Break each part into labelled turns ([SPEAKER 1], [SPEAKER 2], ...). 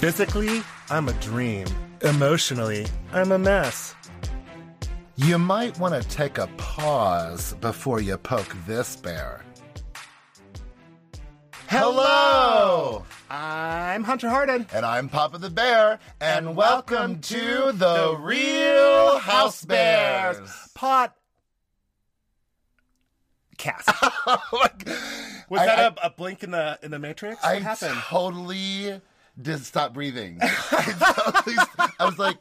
[SPEAKER 1] Physically, I'm a dream. Emotionally, I'm a mess.
[SPEAKER 2] You might want to take a pause before you poke this bear. Hello!
[SPEAKER 1] I'm Hunter Harden.
[SPEAKER 2] And I'm Papa the Bear, and welcome to the Real House Bears.
[SPEAKER 1] Pot. Cast. Was
[SPEAKER 2] I-
[SPEAKER 1] that
[SPEAKER 2] Oh I-
[SPEAKER 1] a a blink in the in the Matrix? What
[SPEAKER 2] I
[SPEAKER 1] happened?
[SPEAKER 2] totally did stop breathing. I, totally, I was like,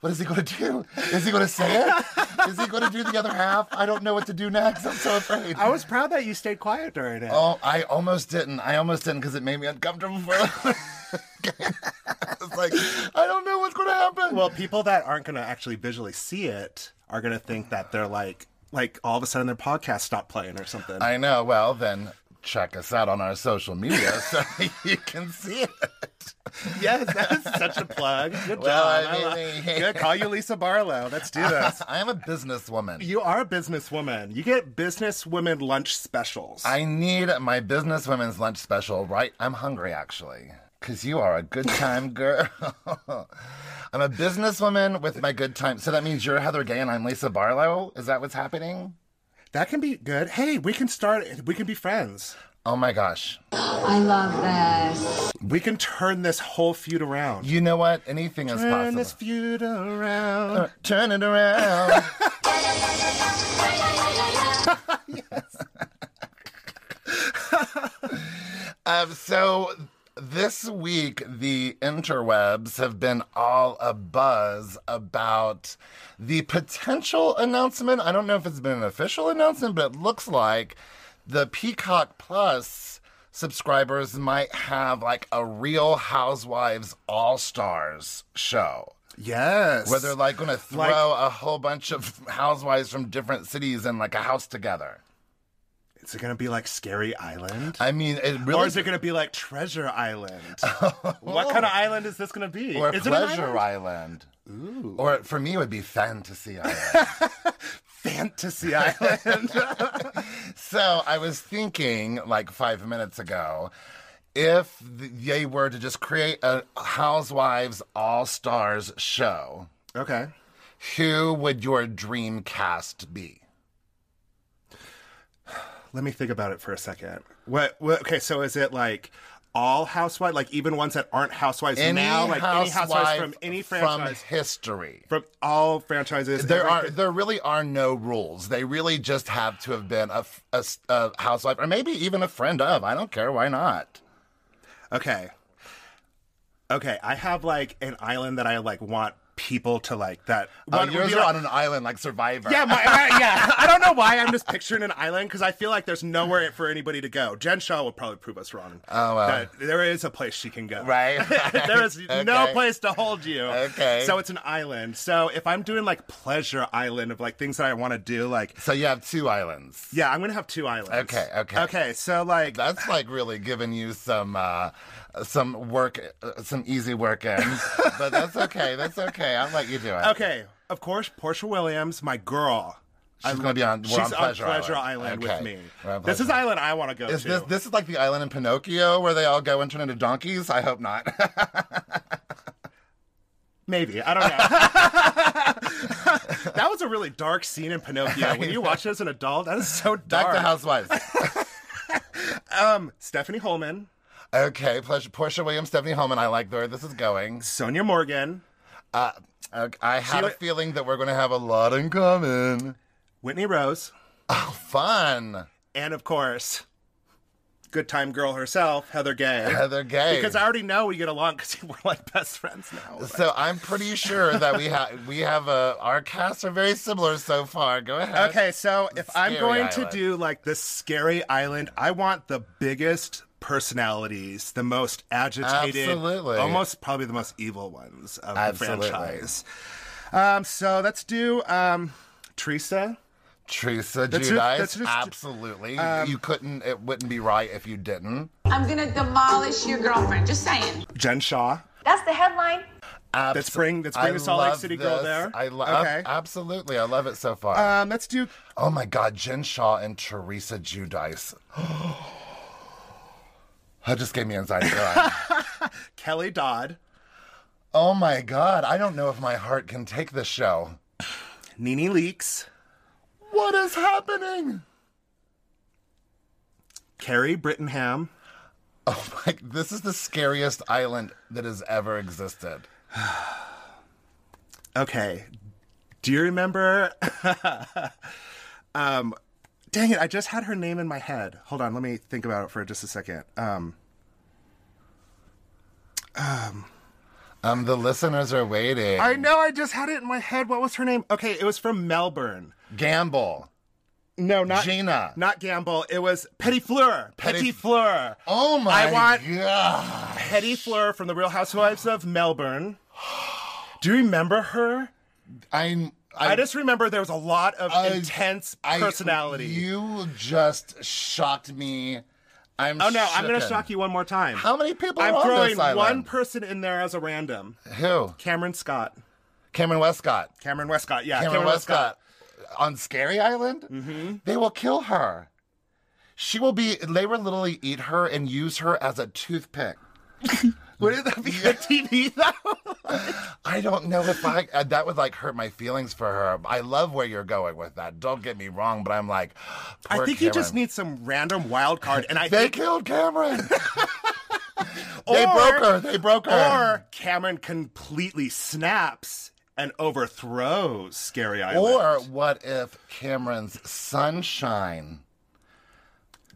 [SPEAKER 2] what is he going to do? Is he going to say it? Is he going to do the other half? I don't know what to do next. I'm so afraid.
[SPEAKER 1] I was proud that you stayed quiet during it.
[SPEAKER 2] Oh, I almost didn't. I almost didn't because it made me uncomfortable for It's like, I don't know what's going to happen.
[SPEAKER 1] Well, people that aren't going to actually visually see it are going to think that they're like, like all of a sudden their podcast stopped playing or something.
[SPEAKER 2] I know. Well, then check us out on our social media so you can see it.
[SPEAKER 1] yes, that is such a plug. Good
[SPEAKER 2] Well,
[SPEAKER 1] job.
[SPEAKER 2] I
[SPEAKER 1] I
[SPEAKER 2] mean-
[SPEAKER 1] love- Good. Call you Lisa Barlow. Let's do this.
[SPEAKER 2] I am a businesswoman.
[SPEAKER 1] you are a businesswoman. You get businesswomen lunch specials.
[SPEAKER 2] I need my business women's lunch special, right? I'm hungry, actually. Because you are a good time girl. I'm a businesswoman with my good time. So that means you're Heather Gay and I'm Lisa Barlow? Is that what's happening?
[SPEAKER 1] that can be good. Hey, we can start. We can be friends.
[SPEAKER 2] Oh my gosh.
[SPEAKER 3] I love this.
[SPEAKER 1] We can turn this whole feud around.
[SPEAKER 2] You know what? Anything is
[SPEAKER 1] turn
[SPEAKER 2] possible.
[SPEAKER 1] this feud around.
[SPEAKER 2] Turn it around. um, so this week, the interwebs have been all abuzz about the potential announcement. I don't know if it's been an official announcement, but it looks like the Peacock Plus subscribers might have like a Real Housewives All Stars show.
[SPEAKER 1] yes.
[SPEAKER 2] Where they're like going to throw
[SPEAKER 1] Like-
[SPEAKER 2] a whole bunch of housewives from different cities in like a house together.
[SPEAKER 1] is it going to be like Scary Island?
[SPEAKER 2] I mean, it really.
[SPEAKER 1] Or is it going to be like Treasure Island? what kind of island is this going to be?
[SPEAKER 2] or
[SPEAKER 1] is it an
[SPEAKER 2] Pleasure Island? Or for me, it would be Fantasy Island.
[SPEAKER 1] Fantasy Island.
[SPEAKER 2] so I was thinking like five minutes ago. If th- they were to just create a Housewives All Stars show,
[SPEAKER 1] okay.
[SPEAKER 2] who would your dream cast be?
[SPEAKER 1] Let me think about it for a second. What, what okay, so is it like all housewives, like even ones that aren't housewives now, like any housewives
[SPEAKER 2] housewife
[SPEAKER 1] from any
[SPEAKER 2] from
[SPEAKER 1] franchise,
[SPEAKER 2] history.
[SPEAKER 1] from, all franchises?
[SPEAKER 2] There are
[SPEAKER 1] everything?
[SPEAKER 2] there really are no rules. They really just have to have been a, f- a s- a housewife or maybe even a friend of. I don't care. Why not?
[SPEAKER 1] Okay. Okay, I have like an island that I like want people to like that.
[SPEAKER 2] Uh,
[SPEAKER 1] one would
[SPEAKER 2] yours
[SPEAKER 1] be
[SPEAKER 2] are
[SPEAKER 1] like-
[SPEAKER 2] on an island like Survivor.
[SPEAKER 1] Yeah, my, I, yeah. I don't know why I'm just picturing an island because I feel like there's nowhere for anybody to go. Jen Shaw will probably prove us wrong.
[SPEAKER 2] Oh, well.
[SPEAKER 1] That there is a place she can go.
[SPEAKER 2] Right, right.
[SPEAKER 1] there is no
[SPEAKER 2] Okay.
[SPEAKER 1] place to hold you.
[SPEAKER 2] Okay.
[SPEAKER 1] So it's an island. So if I'm doing like pleasure island of like things that I want to do, like
[SPEAKER 2] So you have two islands.
[SPEAKER 1] yeah, I'm gonna have two islands.
[SPEAKER 2] Okay, okay.
[SPEAKER 1] Okay. So like
[SPEAKER 2] That's like really giving you some uh, some work, uh, some easy work in. but that's okay. That's okay. I'll let you do it.
[SPEAKER 1] okay, of course, Portia Williams, my girl.
[SPEAKER 2] She's going to be on. We're
[SPEAKER 1] She's
[SPEAKER 2] on Pleasure,
[SPEAKER 1] Island,
[SPEAKER 2] Okay.
[SPEAKER 1] with me.
[SPEAKER 2] We're on
[SPEAKER 1] This is
[SPEAKER 2] Pleasure
[SPEAKER 1] island
[SPEAKER 2] Island.
[SPEAKER 1] I want to go
[SPEAKER 2] Is
[SPEAKER 1] to.
[SPEAKER 2] this this is like the island in Pinocchio where they all go and turn into donkeys? I hope not.
[SPEAKER 1] Maybe. I don't know. that was a really dark scene in Pinocchio. When you watch it as an adult, that is so
[SPEAKER 2] Back
[SPEAKER 1] dark.
[SPEAKER 2] to Housewives.
[SPEAKER 1] Um, Stephanie Holman,
[SPEAKER 2] Okay, Pleasure, Portia Williams, Stephanie Holman. I like where this is going.
[SPEAKER 1] Sonia Morgan,
[SPEAKER 2] Uh, okay, I had a
[SPEAKER 1] Sheila-
[SPEAKER 2] feeling that we're going to have a lot in common. Oh,
[SPEAKER 1] Whitney Rose,
[SPEAKER 2] Fun,
[SPEAKER 1] and of course, good time girl herself, Heather Gay.
[SPEAKER 2] Heather Gay.
[SPEAKER 1] Because I already know we get along because we're like best friends now.
[SPEAKER 2] so I'm pretty sure that we have we have a our casts are very similar so far. Go ahead.
[SPEAKER 1] Okay, so if I'm
[SPEAKER 2] Scary
[SPEAKER 1] going
[SPEAKER 2] Island.
[SPEAKER 1] to do like this scary island, I want the biggest personalities, the most agitated,
[SPEAKER 2] Absolutely.
[SPEAKER 1] almost probably the most evil ones of
[SPEAKER 2] Absolutely.
[SPEAKER 1] the franchise. Um, so let's do um, Teresa.
[SPEAKER 2] Teresa
[SPEAKER 1] That's just-
[SPEAKER 2] Judice.
[SPEAKER 1] that's just-
[SPEAKER 2] absolutely,
[SPEAKER 1] um,
[SPEAKER 2] you couldn't. It wouldn't be right if you didn't.
[SPEAKER 3] I'm gonna demolish your girlfriend. Just saying.
[SPEAKER 1] Jen Shaw.
[SPEAKER 4] That's the headline.
[SPEAKER 2] Abs-
[SPEAKER 1] Let's bring- let's bring
[SPEAKER 2] I
[SPEAKER 1] the Salt Lake
[SPEAKER 2] love
[SPEAKER 1] City girl
[SPEAKER 2] this.
[SPEAKER 1] there.
[SPEAKER 2] I love.
[SPEAKER 1] Okay.
[SPEAKER 2] Absolutely, I love it so far.
[SPEAKER 1] Um, let's do
[SPEAKER 2] Oh my God, Jen Shaw and Teresa Judice. that just gave me anxiety. Go on.
[SPEAKER 1] Kelly Dodd.
[SPEAKER 2] Oh my God. I don't know if my heart can take this show.
[SPEAKER 1] Nene leaks.
[SPEAKER 2] What is happening?
[SPEAKER 1] Carrie Brittenham.
[SPEAKER 2] Oh my, this is the scariest island that has ever existed.
[SPEAKER 1] Okay. Do you remember? um, dang it! I just had her name in my head. Hold on, let me think about it for just a second. Um,
[SPEAKER 2] Um, the listeners are waiting.
[SPEAKER 1] I know I just had it in my head. What was her name? Okay, it was from Melbourne.
[SPEAKER 2] Gamble.
[SPEAKER 1] No, not
[SPEAKER 2] Gina.
[SPEAKER 1] Not Gamble. It was Petty Fleur. Petty,
[SPEAKER 2] Petit-
[SPEAKER 1] Fleur.
[SPEAKER 2] Oh my
[SPEAKER 1] I want
[SPEAKER 2] God.
[SPEAKER 1] Petty Fleur from the Real Housewives of Melbourne. Do you remember her?
[SPEAKER 2] I'm.
[SPEAKER 1] I, just remember there was a lot of
[SPEAKER 2] I-
[SPEAKER 1] intense
[SPEAKER 2] I-
[SPEAKER 1] personality.
[SPEAKER 2] you just shocked me. I'm.
[SPEAKER 1] oh no, I'm gonna
[SPEAKER 2] shooken.
[SPEAKER 1] shock you one more time.
[SPEAKER 2] How many people
[SPEAKER 1] I'm
[SPEAKER 2] are on
[SPEAKER 1] throwing
[SPEAKER 2] this
[SPEAKER 1] one
[SPEAKER 2] island?
[SPEAKER 1] person in there as a random.
[SPEAKER 2] Who?
[SPEAKER 1] Cameron Scott.
[SPEAKER 2] Cameron Westcott.
[SPEAKER 1] Uh, Cameron Westcott. Yeah,
[SPEAKER 2] Cameron, Westcott. on Scary Island. Mm-hmm. They will kill her. She will be. They will literally eat her and use her as a toothpick.
[SPEAKER 1] Wouldn't that be good TV though?
[SPEAKER 2] I don't know if I uh, that would like hurt my feelings for her. I love where you're going with that. Don't get me wrong, but I'm like,
[SPEAKER 1] I
[SPEAKER 2] poor
[SPEAKER 1] think you
[SPEAKER 2] Cameron.
[SPEAKER 1] just need some random wild card, and I
[SPEAKER 2] They
[SPEAKER 1] think
[SPEAKER 2] killed Cameron.
[SPEAKER 1] or,
[SPEAKER 2] they broke her. They broke her.
[SPEAKER 1] Or Cameron completely snaps and overthrows Scary Island.
[SPEAKER 2] Or what if Cameron's sunshine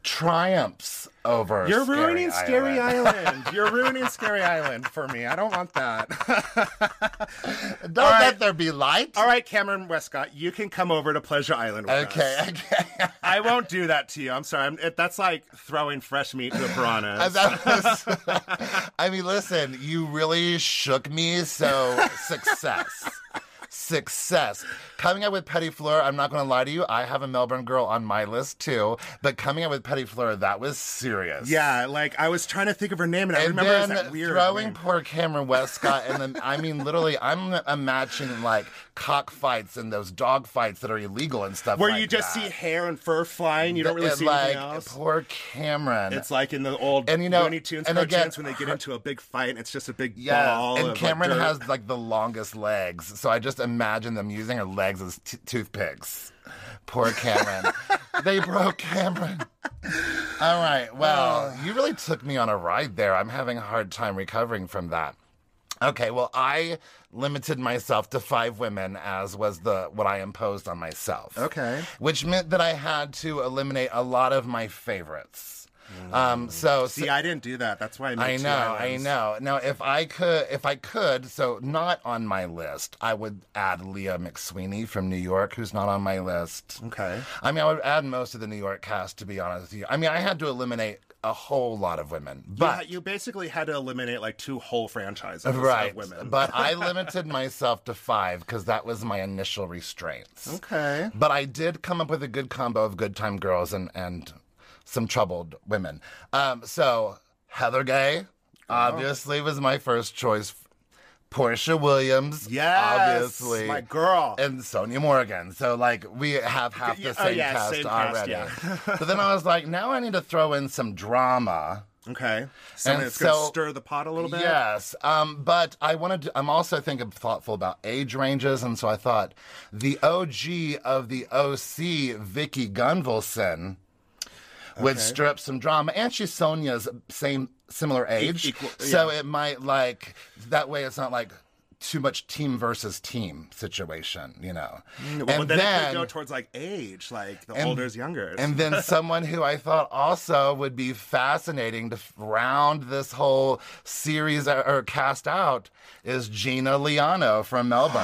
[SPEAKER 2] triumphs over?
[SPEAKER 1] You're ruining Scary
[SPEAKER 2] Island.
[SPEAKER 1] Island. You're ruining Scary Island for me. I don't want that.
[SPEAKER 2] Don't
[SPEAKER 1] All right.
[SPEAKER 2] let there be light.
[SPEAKER 1] All right, Cameron Westcott, you can come over to Pleasure Island with
[SPEAKER 2] Okay,
[SPEAKER 1] us.
[SPEAKER 2] okay.
[SPEAKER 1] I won't do that to you. I'm sorry. I'm, it, that's like throwing fresh meat to a piranha.
[SPEAKER 2] That was- I mean, listen, you really shook me. So success, success. Coming out with Petty Fleur, I'm not going to lie to you. I have a Melbourne girl on my list too, but coming out with Petty Fleur, that was serious.
[SPEAKER 1] yeah, like I was trying to think of her name, and, I
[SPEAKER 2] And
[SPEAKER 1] remember it was
[SPEAKER 2] then
[SPEAKER 1] that weird
[SPEAKER 2] throwing
[SPEAKER 1] name.
[SPEAKER 2] poor Cameron Westcott, and then I mean, literally, I'm imagining like cockfights and those dog fights that are illegal and stuff.
[SPEAKER 1] where
[SPEAKER 2] like
[SPEAKER 1] you just
[SPEAKER 2] that.
[SPEAKER 1] see hair and fur flying. You don't really
[SPEAKER 2] And,
[SPEAKER 1] see
[SPEAKER 2] like
[SPEAKER 1] anything else.
[SPEAKER 2] poor Cameron.
[SPEAKER 1] It's like in the old
[SPEAKER 2] And, you know,
[SPEAKER 1] Looney Tunes
[SPEAKER 2] and
[SPEAKER 1] cartoons
[SPEAKER 2] again,
[SPEAKER 1] when they get
[SPEAKER 2] her-
[SPEAKER 1] into a big fight and it's just a big
[SPEAKER 2] Yeah,
[SPEAKER 1] ball.
[SPEAKER 2] and
[SPEAKER 1] of,
[SPEAKER 2] Cameron
[SPEAKER 1] like, dirt.
[SPEAKER 2] has like the longest legs, so I just imagine them using her legs as t- toothpicks. Poor Cameron. they broke Cameron. All right. Well, you really took me on a ride there. I'm having a hard time recovering from that. Okay, well, I limited myself to five women, as was the what I imposed on myself.
[SPEAKER 1] Okay.
[SPEAKER 2] which meant that I had to eliminate a lot of my favorites. Um, so
[SPEAKER 1] See, I didn't do that. That's why I made
[SPEAKER 2] I
[SPEAKER 1] two
[SPEAKER 2] know, I
[SPEAKER 1] islands.
[SPEAKER 2] know. Now, if I could, if I could, so not on my list, I would add Leah McSweeney from New York, who's not on my list.
[SPEAKER 1] Okay.
[SPEAKER 2] I mean, I would add most of the New York cast, to be honest with you. I mean, I had to eliminate a whole lot of women,
[SPEAKER 1] But
[SPEAKER 2] but
[SPEAKER 1] you basically had to eliminate like two whole franchises
[SPEAKER 2] right,
[SPEAKER 1] of women.
[SPEAKER 2] but I limited myself to five because that was my initial restraints.
[SPEAKER 1] okay.
[SPEAKER 2] But I did come up with a good combo of good time girls and and some troubled women. Um, so Heather Gay
[SPEAKER 1] Oh.
[SPEAKER 2] obviously was my first choice. Portia Williams,
[SPEAKER 1] Yes,
[SPEAKER 2] obviously,
[SPEAKER 1] my girl.
[SPEAKER 2] and Sonia Morgan. So like we have half
[SPEAKER 1] Yeah,
[SPEAKER 2] the
[SPEAKER 1] oh,
[SPEAKER 2] same
[SPEAKER 1] yeah,
[SPEAKER 2] cast
[SPEAKER 1] same cast,
[SPEAKER 2] already.
[SPEAKER 1] yeah.
[SPEAKER 2] but then I was like, now I need to throw in some drama.
[SPEAKER 1] Okay. Something
[SPEAKER 2] And
[SPEAKER 1] that's going to
[SPEAKER 2] so-
[SPEAKER 1] stir the pot a little bit.
[SPEAKER 2] Yes, um, but I wanted. To, I'm also thinking thoughtful about age ranges, and so I thought the OG of the OC, Vicky Gunvalson, would stir up some drama, and she's Sonia's same similar age,
[SPEAKER 1] E-, equal-
[SPEAKER 2] so
[SPEAKER 1] yeah.
[SPEAKER 2] it might like that way. It's not like too much team versus team situation, you know.
[SPEAKER 1] Mm, Well, then, if we go towards like age, like the older is younger.
[SPEAKER 2] And then someone who I thought also would be fascinating to f- round this whole series or, or cast out is Gina Liano from Melbourne.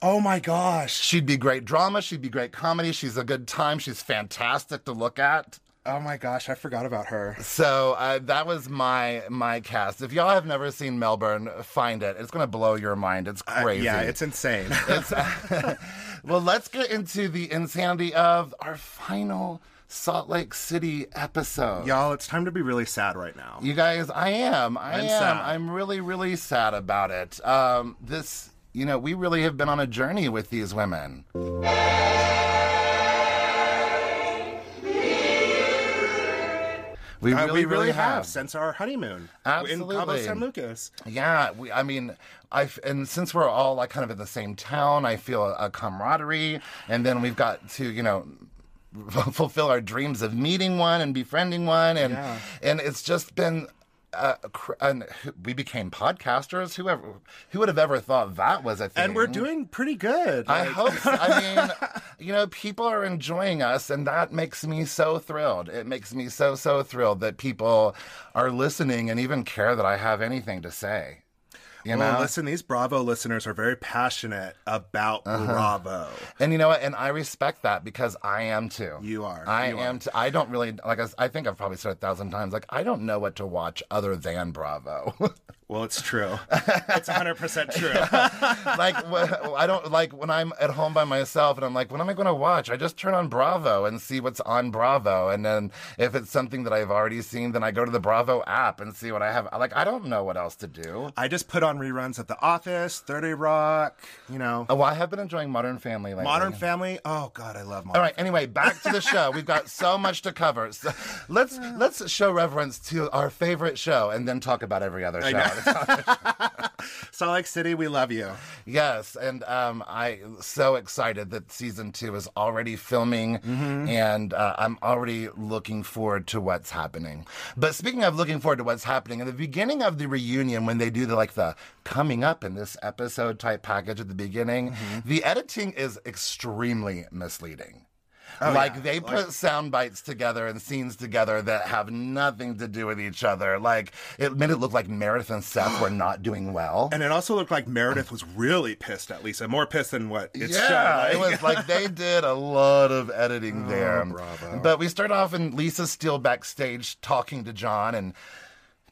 [SPEAKER 1] oh my gosh.
[SPEAKER 2] she'd be great drama, she'd be great comedy, she's a good time, she's fantastic to look at.
[SPEAKER 1] Oh my gosh. I forgot about her.
[SPEAKER 2] So uh, that was my my cast. If y'all have never seen Melbourne, find it. It's gonna blow your mind. It's crazy.
[SPEAKER 1] Uh, Yeah, it's insane.
[SPEAKER 2] well, let's get into the insanity of our final Salt Lake City episode.
[SPEAKER 1] Y'all, it's time to be really sad right now.
[SPEAKER 2] You guys, I am. I
[SPEAKER 1] I'm
[SPEAKER 2] am.
[SPEAKER 1] sad.
[SPEAKER 2] I'm really, really sad about it. Um, this, you know, we really have been on a journey with these women. We
[SPEAKER 1] Uh, we
[SPEAKER 2] really,
[SPEAKER 1] really have
[SPEAKER 2] have.
[SPEAKER 1] since our honeymoon in Cabo
[SPEAKER 2] Absolutely.
[SPEAKER 1] San Lucas.
[SPEAKER 2] Yeah, we, I mean, I and since we're all like kind of in the same town, I feel a, camaraderie, and then we've got to you know fulfill our dreams of meeting one and befriending one, and
[SPEAKER 1] Yeah.
[SPEAKER 2] and it's just been. Uh, cr- and we became podcasters. Whoever, who would have ever thought that was a thing?
[SPEAKER 1] And we're doing pretty good.
[SPEAKER 2] I
[SPEAKER 1] Like,
[SPEAKER 2] hope. So. I mean, you know, people are enjoying us, and that makes me so thrilled. It makes me so so thrilled that people are listening and even care that I have anything to say. You
[SPEAKER 1] well,
[SPEAKER 2] know,
[SPEAKER 1] listen, these Bravo listeners are very passionate about
[SPEAKER 2] Uh-huh.
[SPEAKER 1] Bravo.
[SPEAKER 2] and you know what? And I respect that because I am too.
[SPEAKER 1] You are.
[SPEAKER 2] I
[SPEAKER 1] You
[SPEAKER 2] am. T- I don't really like. I, s- I think I've probably said it a thousand times. Like, I don't know what to watch other than Bravo.
[SPEAKER 1] Well, it's true. It's 100% true.
[SPEAKER 2] like wh- I don't like when I'm at home by myself and I'm like, what am I going to watch? I just turn on Bravo and see what's on Bravo, and then if it's something that I've already seen, then I go to the Bravo app and see what I have. Like I don't know what else to do.
[SPEAKER 1] I just put on reruns of The Office, 30 Rock, you know,
[SPEAKER 2] Oh, I have been enjoying Modern Family lately.
[SPEAKER 1] Modern Family. Oh, God, I love Modern
[SPEAKER 2] All right. Anyway, back to the show. We've got so much to cover. So let's let's show reverence to our favorite show, and then talk about every other show.
[SPEAKER 1] Salt Lake City, we love you.
[SPEAKER 2] Yes, and um, I'm so excited that season two is already filming, and uh, I'm already looking forward to what's happening. But speaking of looking forward to what's happening, in the beginning of the reunion, when they do the like the coming up in this episode type package at the beginning, the editing is extremely misleading. like they put sound bites together and scenes together that have nothing to do with each other. Like it made it look like Meredith and Seth were not doing well.
[SPEAKER 1] And it also looked like Meredith was really pissed at Lisa, more pissed than what it's shown,
[SPEAKER 2] yeah,
[SPEAKER 1] like.
[SPEAKER 2] it was like they did a lot of
[SPEAKER 1] Oh,
[SPEAKER 2] editing there. But we start off and Lisa's still backstage talking to John and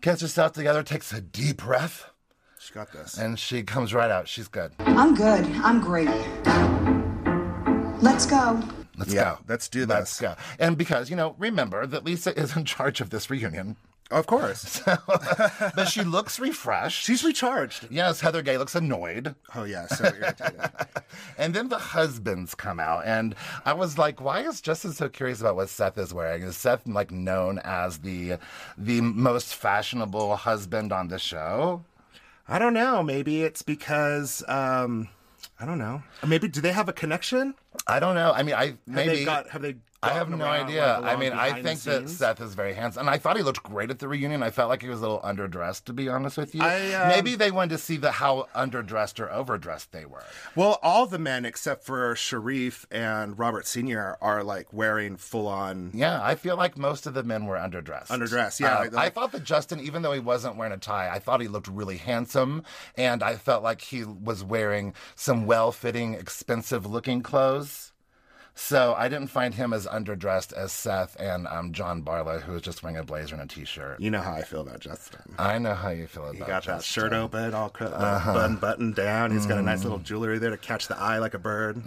[SPEAKER 2] gets herself together, takes a deep breath,
[SPEAKER 1] She got this.
[SPEAKER 2] and she comes right out. She's good.
[SPEAKER 4] I'm good. I'm great. Let's go.
[SPEAKER 2] Let's
[SPEAKER 1] Yeah,
[SPEAKER 2] go.
[SPEAKER 1] let's do
[SPEAKER 2] Let's
[SPEAKER 1] this.
[SPEAKER 2] go. And because, you know, remember that Lisa is in charge of this reunion,
[SPEAKER 1] Of course.
[SPEAKER 2] but she looks refreshed.
[SPEAKER 1] She's recharged.
[SPEAKER 2] Yes, Heather Gay looks annoyed.
[SPEAKER 1] Oh, yeah, so irritated.
[SPEAKER 2] And then the husbands come out, and I was like, "Why is Justin so curious about what Seth is wearing? Is Seth like known as the the most fashionable husband on the show?"
[SPEAKER 1] I don't know. Maybe it's because, um, I don't know. Maybe, do they have a connection?
[SPEAKER 2] I don't know. I mean, I
[SPEAKER 1] Have
[SPEAKER 2] maybe
[SPEAKER 1] they got, have they
[SPEAKER 2] I have
[SPEAKER 1] gotten
[SPEAKER 2] no
[SPEAKER 1] around,
[SPEAKER 2] idea.
[SPEAKER 1] like,
[SPEAKER 2] I mean,
[SPEAKER 1] along
[SPEAKER 2] I
[SPEAKER 1] behind the
[SPEAKER 2] think that
[SPEAKER 1] scenes?
[SPEAKER 2] Seth is very handsome, and I thought he looked great at the reunion. I felt like he was a little underdressed, to be honest with you.
[SPEAKER 1] I, um,
[SPEAKER 2] Maybe they wanted to see the how underdressed or overdressed they were.
[SPEAKER 1] Well, all the men except for Sharif and Robert Sr. are like wearing full on.
[SPEAKER 2] Yeah, I feel like most of the men were underdressed.
[SPEAKER 1] Underdressed, yeah,
[SPEAKER 2] Uh,
[SPEAKER 1] like-
[SPEAKER 2] I thought that Justin, even though he wasn't wearing a tie, I thought he looked really handsome, and I felt like he was wearing some well-fitting, expensive-looking clothes. So I didn't find him as underdressed as Seth and um, John Barlow, who was just wearing a blazer and a t-shirt.
[SPEAKER 1] You know how I feel about Justin.
[SPEAKER 2] I know how you feel about
[SPEAKER 1] He got that
[SPEAKER 2] Justin.
[SPEAKER 1] shirt open, all cut, button button down. He's got a nice little jewelry there to catch the eye like a bird.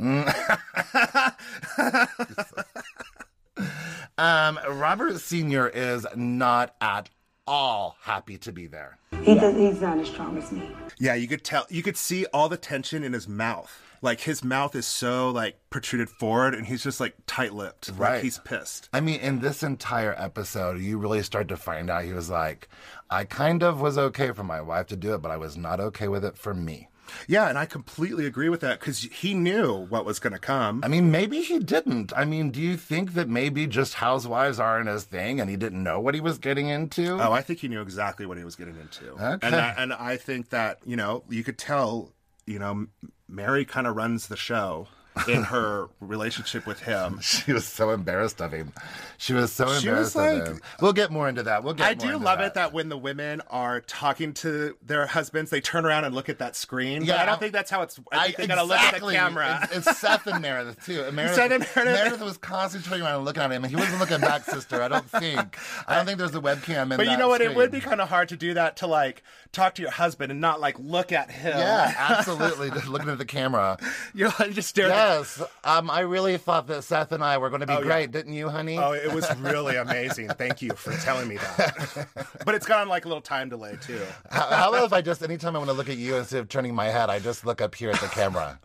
[SPEAKER 2] Um, Robert Senior is not at all happy to be there.
[SPEAKER 5] He does, he's not as strong as me.
[SPEAKER 1] Yeah, you could tell, you could see all the tension in his mouth. Like his mouth is so like protruded forward, and he's just like tight-lipped.
[SPEAKER 2] Right.
[SPEAKER 1] like, he's pissed.
[SPEAKER 2] I mean, in this entire episode, you really start to find out he was like, I kind of was okay for my wife to do it, but I was not okay with it for me.
[SPEAKER 1] Yeah, and I completely agree with that because he knew what was going to come.
[SPEAKER 2] I mean, maybe he didn't. I mean, do you think that maybe just housewives aren't his thing and he didn't know what he was getting into?
[SPEAKER 1] Oh, I think he knew exactly what he was getting into.
[SPEAKER 2] Okay.
[SPEAKER 1] And, I, and I think that, you know, you could tell, you know, M- Mary kind of runs the show in her relationship with him.
[SPEAKER 2] She was so embarrassed of him. She was so
[SPEAKER 1] She
[SPEAKER 2] embarrassed
[SPEAKER 1] was
[SPEAKER 2] of
[SPEAKER 1] like-
[SPEAKER 2] him. We'll get more into that. We'll get
[SPEAKER 1] I
[SPEAKER 2] more
[SPEAKER 1] do
[SPEAKER 2] into
[SPEAKER 1] love it that when the women are talking to their husbands, they turn around and look at that screen. Yeah,
[SPEAKER 2] Yeah,
[SPEAKER 1] I
[SPEAKER 2] I-
[SPEAKER 1] don't think that's how it's. I think they gotta look at the
[SPEAKER 2] exactly.
[SPEAKER 1] camera.
[SPEAKER 2] It's, it's Seth and Meredith too. And Meredith,
[SPEAKER 1] Seth and Meredith.
[SPEAKER 2] Meredith was constantly turning around and looking at him, and he wasn't looking back, sister. I don't think. I don't think there's a webcam in.
[SPEAKER 1] But you
[SPEAKER 2] that
[SPEAKER 1] know what? It would be
[SPEAKER 2] screen.
[SPEAKER 1] kind of hard to do that to like talk to your husband and not like look at him.
[SPEAKER 2] Yeah, absolutely. Just looking at the camera.
[SPEAKER 1] you're like just staring. at
[SPEAKER 2] Yes, um, I really thought that Seth and I were going to be
[SPEAKER 1] Oh, yeah.
[SPEAKER 2] great, didn't you, honey?
[SPEAKER 1] Oh, it was really amazing. Thank you for telling me that. but it's got on like a little time delay too.
[SPEAKER 2] How, how about if I just anytime I want to look at you instead of turning my head, I just look up here at the camera.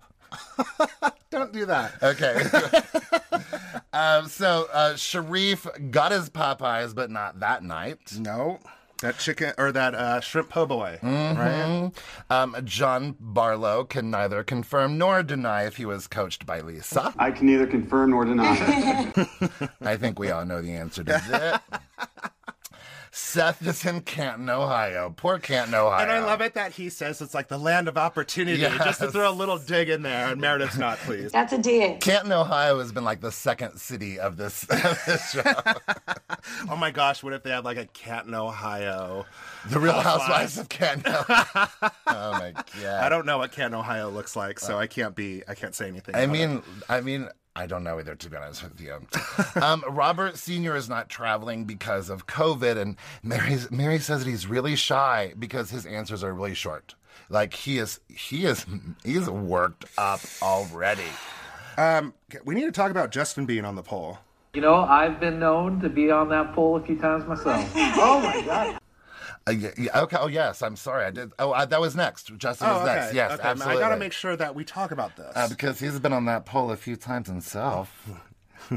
[SPEAKER 1] Don't do that.
[SPEAKER 2] Okay. Um, so uh, Sharif got his Popeyes, but not that night.
[SPEAKER 1] No, that chicken or that uh, shrimp po' boy,
[SPEAKER 2] Mm-hmm.
[SPEAKER 1] right?
[SPEAKER 2] Um, John Barlow can neither confirm nor deny if he was coached by Lisa.
[SPEAKER 4] I can neither confirm nor deny.
[SPEAKER 2] I think we all know the answer to that. Seth is in Canton, Ohio. Poor Canton, Ohio.
[SPEAKER 1] And I love it that he says it's like the land of opportunity, just to
[SPEAKER 2] Yes.
[SPEAKER 1] throw a little dig in there. And Meredith's not pleased.
[SPEAKER 5] That's a dig.
[SPEAKER 2] Canton, Ohio has been like the second city of this, of this show.
[SPEAKER 1] oh my gosh, what if they had like a Canton, Ohio?
[SPEAKER 2] The Real
[SPEAKER 1] Housewives.
[SPEAKER 2] Housewives of Canton. Ohio. oh my god!
[SPEAKER 1] I don't know what Canton, Ohio looks like, so I can't be, I can't say anything.
[SPEAKER 2] Uh, I
[SPEAKER 1] about it.
[SPEAKER 2] mean, I mean, I don't know either. To be honest with you, um, Robert Senior is not traveling because of COVID, and Mary's, Mary says that he's really shy because his answers are really short. Like he is, he is, he's worked up already.
[SPEAKER 1] um, we need to talk about Justin being on the poll.
[SPEAKER 6] You know, I've been known to be on that pole a few times myself.
[SPEAKER 2] Uh, yeah, yeah, okay. Oh yes, I'm sorry. I did. Oh, I, that was next. Justin was next. Oh, Yes,
[SPEAKER 1] Oh, okay.
[SPEAKER 2] absolutely.
[SPEAKER 1] I gotta make sure that we talk about this.
[SPEAKER 2] Uh, because he's been on that poll a few times himself.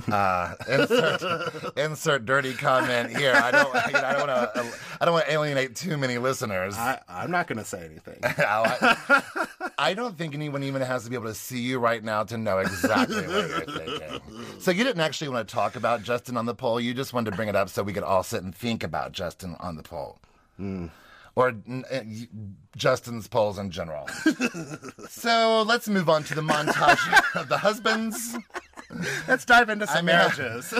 [SPEAKER 2] Uh, insert, insert dirty comment here. I don't. I, don't want to. I don't want to alienate too many listeners. I,
[SPEAKER 1] I, I'm not gonna say anything.
[SPEAKER 2] I, I don't think anyone even has to be able to see you right now to know exactly what you're thinking. So you didn't actually want to talk about Justin on the poll. You just wanted to bring it up so we could all sit and think about Justin on the poll. Or mm, uh, y- Justin's polls in general. so let's move on to the montage of the husbands.
[SPEAKER 1] Let's dive into some
[SPEAKER 2] mean-
[SPEAKER 1] marriages.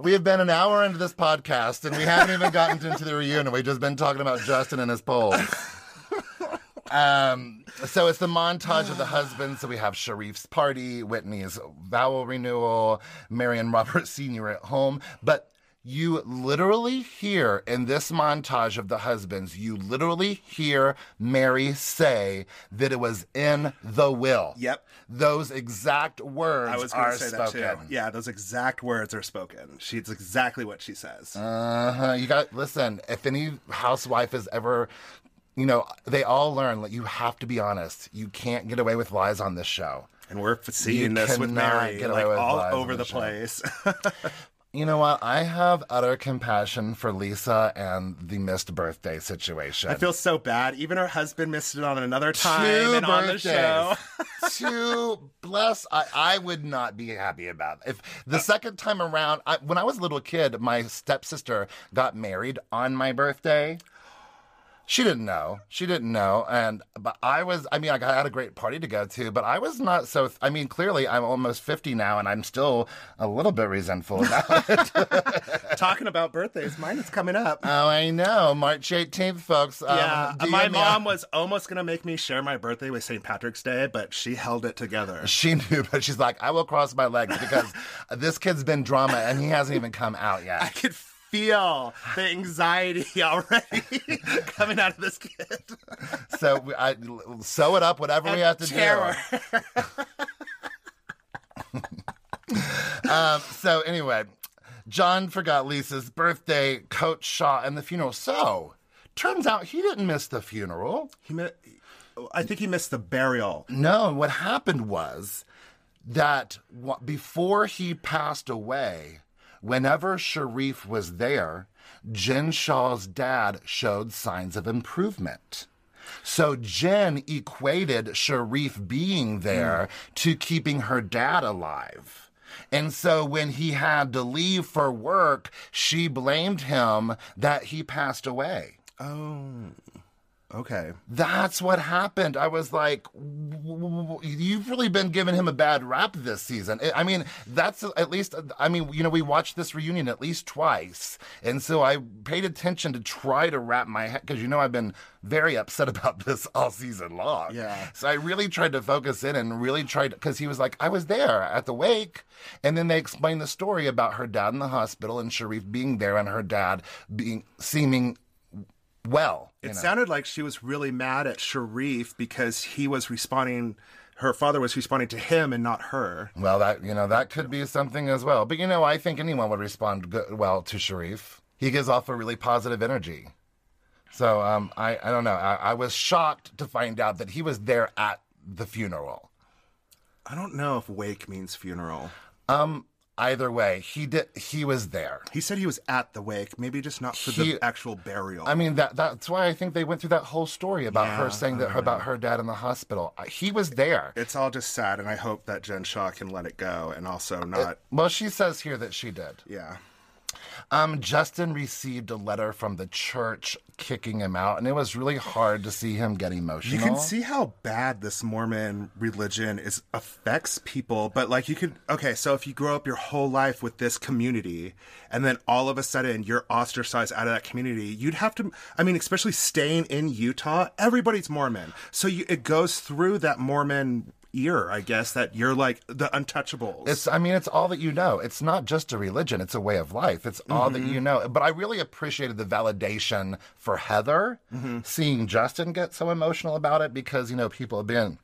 [SPEAKER 2] We have been an hour into this podcast and we haven't even gotten into the reunion. We've just been talking about Justin and his polls. Um, so it's the montage of the husbands. So we have Sharif's party, Whitney's vowel renewal, Mary and Robert Sr. at home. But you literally hear in this montage of the husbands, you literally hear Mary say that it was in the will.
[SPEAKER 1] Yep.
[SPEAKER 2] Those exact words
[SPEAKER 1] I was going
[SPEAKER 2] are
[SPEAKER 1] to say
[SPEAKER 2] spoken.
[SPEAKER 1] that too. Yeah, those exact words are spoken. She's exactly what she says.
[SPEAKER 2] Uh-huh. You got listen. If any housewife has ever, you know, they all learn that you have to be honest. You can't get away with lies on this show.
[SPEAKER 1] and we're seeing
[SPEAKER 2] you
[SPEAKER 1] this with
[SPEAKER 2] cannot
[SPEAKER 1] Mary,
[SPEAKER 2] get away
[SPEAKER 1] like
[SPEAKER 2] with lies
[SPEAKER 1] all
[SPEAKER 2] on
[SPEAKER 1] over the
[SPEAKER 2] this show.
[SPEAKER 1] place.
[SPEAKER 2] You know what? I have utter compassion for Lisa and the missed birthday situation.
[SPEAKER 1] I feel so bad. Even her husband missed it on another time
[SPEAKER 2] Two
[SPEAKER 1] and on the
[SPEAKER 2] birthdays.
[SPEAKER 1] show.
[SPEAKER 2] Two bless. I, I would not be happy about it. if
[SPEAKER 1] Uh,
[SPEAKER 2] the second time around. I, when I was a little kid, my stepsister got married on my birthday. She didn't know. She didn't know, and but I was. I mean, I had a great party to go to, but I was not so. I mean, clearly, I'm almost fifty now, and I'm still a little bit resentful about it.
[SPEAKER 1] Talking about birthdays, mine is coming up.
[SPEAKER 2] oh, I know. March 18th, folks. Um,
[SPEAKER 1] yeah, uh,
[SPEAKER 2] DM
[SPEAKER 1] my
[SPEAKER 2] me
[SPEAKER 1] mom
[SPEAKER 2] on-
[SPEAKER 1] was almost gonna make me share my birthday with St. Patrick's Day, but she held it together.
[SPEAKER 2] She knew, but she's like, I will cross my legs because this kid's been drama and he hasn't even come out
[SPEAKER 1] I
[SPEAKER 2] yet.
[SPEAKER 1] could feel the anxiety already coming out of this kid.
[SPEAKER 2] So we- I sew it up, whatever we have to
[SPEAKER 1] Terror.
[SPEAKER 2] do. Um, so anyway, John forgot Lisa's birthday, Coach Shaw, and the funeral. So turns out he didn't miss the funeral.
[SPEAKER 1] He mi- I think he missed the burial.
[SPEAKER 2] No, what happened was that wh- before he passed away, whenever Sharif was there, Jen Shaw's dad showed signs of improvement. So Jen equated Sharif being there to keeping her dad alive. And so when he had to leave for work, she blamed him that he passed away.
[SPEAKER 1] Oh, okay.
[SPEAKER 2] That's what happened. I was like, w- w- w- you've really been giving him a bad rap this season. I- I mean, that's at least, I mean, you know, we watched this reunion at least twice. And so I paid attention to try to wrap my head, because, you know, I've been very upset about this all season long.
[SPEAKER 1] Yeah.
[SPEAKER 2] So I really tried to focus in and really tried, because he was like, I was there at the wake. And then they explained the story about her dad in the hospital and Sharif being there and her dad being seeming well.
[SPEAKER 1] It sounded like she was really mad at Sharif because he was responding. Her father was responding to him and not her.
[SPEAKER 2] Well, that you know that could be something as well. But you know, I think anyone would respond go- well to Sharif. He gives off a really positive energy. So um, I I don't know. I, I was shocked to find out that he was there at the funeral.
[SPEAKER 1] I don't know if wake means funeral.
[SPEAKER 2] Either way, he did. He was there.
[SPEAKER 1] He said he was at the wake, maybe just not for
[SPEAKER 2] He-
[SPEAKER 1] the actual burial.
[SPEAKER 2] I mean that that's why I think they went through that whole story about her
[SPEAKER 1] Yeah, uh-huh.
[SPEAKER 2] saying that about her dad in the hospital. Uh, He was there.
[SPEAKER 1] it's all just sad, and I hope that Jen Shaw can let it go and also not.
[SPEAKER 2] Well, she says here that she did.
[SPEAKER 1] yeah.
[SPEAKER 2] Um, Justin received a letter from the church kicking him out, and it was really hard to see him get emotional.
[SPEAKER 1] You can see how bad this Mormon religion is affects people, but like you could okay, so if you grow up your whole life with this community and then all of a sudden you're ostracized out of that community, you'd have to I mean, especially staying in Utah, everybody's Mormon. So you, it goes through that Mormon ear, I guess, that you're like the untouchables.
[SPEAKER 2] It's, I mean, it's all that you know. It's not just a religion, it's a way of life. It's all that you know. But I really appreciated the validation for Heather, seeing Justin get so emotional about it because, you know, people have been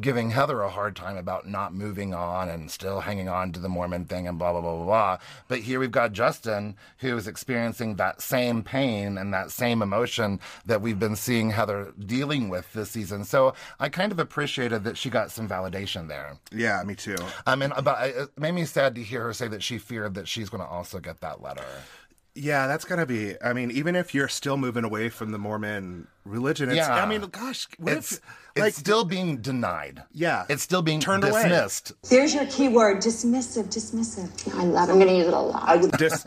[SPEAKER 2] giving Heather a hard time about not moving on and still hanging on to the Mormon thing and blah, blah, blah, blah, blah. But here we've got Justin who is experiencing that same pain and that same emotion that we've been seeing Heather dealing with this season. So I kind of appreciated that she got some validation there.
[SPEAKER 1] yeah, me too.
[SPEAKER 2] I mean, but I- it made me sad to hear her say that she feared that she's going to also get that letter.
[SPEAKER 1] Yeah, that's gonna be. I mean, even if you're still moving away from the Mormon religion, it's,
[SPEAKER 2] Yeah.
[SPEAKER 1] I mean, gosh, what
[SPEAKER 2] It's
[SPEAKER 1] if,
[SPEAKER 2] it's still being denied.
[SPEAKER 1] Yeah.
[SPEAKER 2] it's still being
[SPEAKER 1] Turned away.
[SPEAKER 2] dismissed.
[SPEAKER 7] There's your key word, dismissive, dismissive.
[SPEAKER 5] I love it. I'm going to use it a lot. I would
[SPEAKER 1] Dis-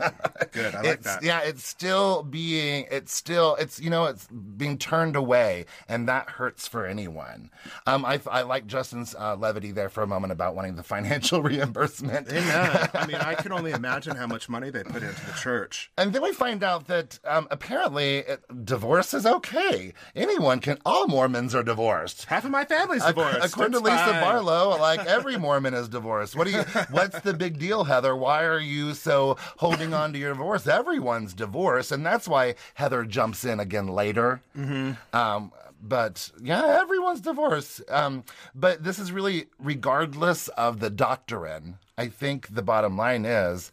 [SPEAKER 1] good. I like
[SPEAKER 2] It's,
[SPEAKER 1] that.
[SPEAKER 2] yeah, it's still being. It's still. It's you know. It's being turned away, and that hurts for anyone. Um, I I like Justin's uh, levity there for a moment about wanting the financial reimbursement.
[SPEAKER 1] Yeah, I mean, I can only imagine how much money they put into the church.
[SPEAKER 2] And then we find out that um, apparently uh divorce is okay. Anyone can. All Mormons are divorced.
[SPEAKER 1] Half of my family's divorced.
[SPEAKER 2] According to
[SPEAKER 1] It's
[SPEAKER 2] Lisa
[SPEAKER 1] fine.
[SPEAKER 2] Barlow, like every Mormon is divorced. What do you? What's the big deal, Heather? Why are you so holding on to your divorce? Everyone's divorced, and that's why Heather jumps in again later.
[SPEAKER 1] Mm-hmm.
[SPEAKER 2] Um, but yeah, everyone's divorced. Um, but this is really regardless of the doctrine. I think the bottom line is.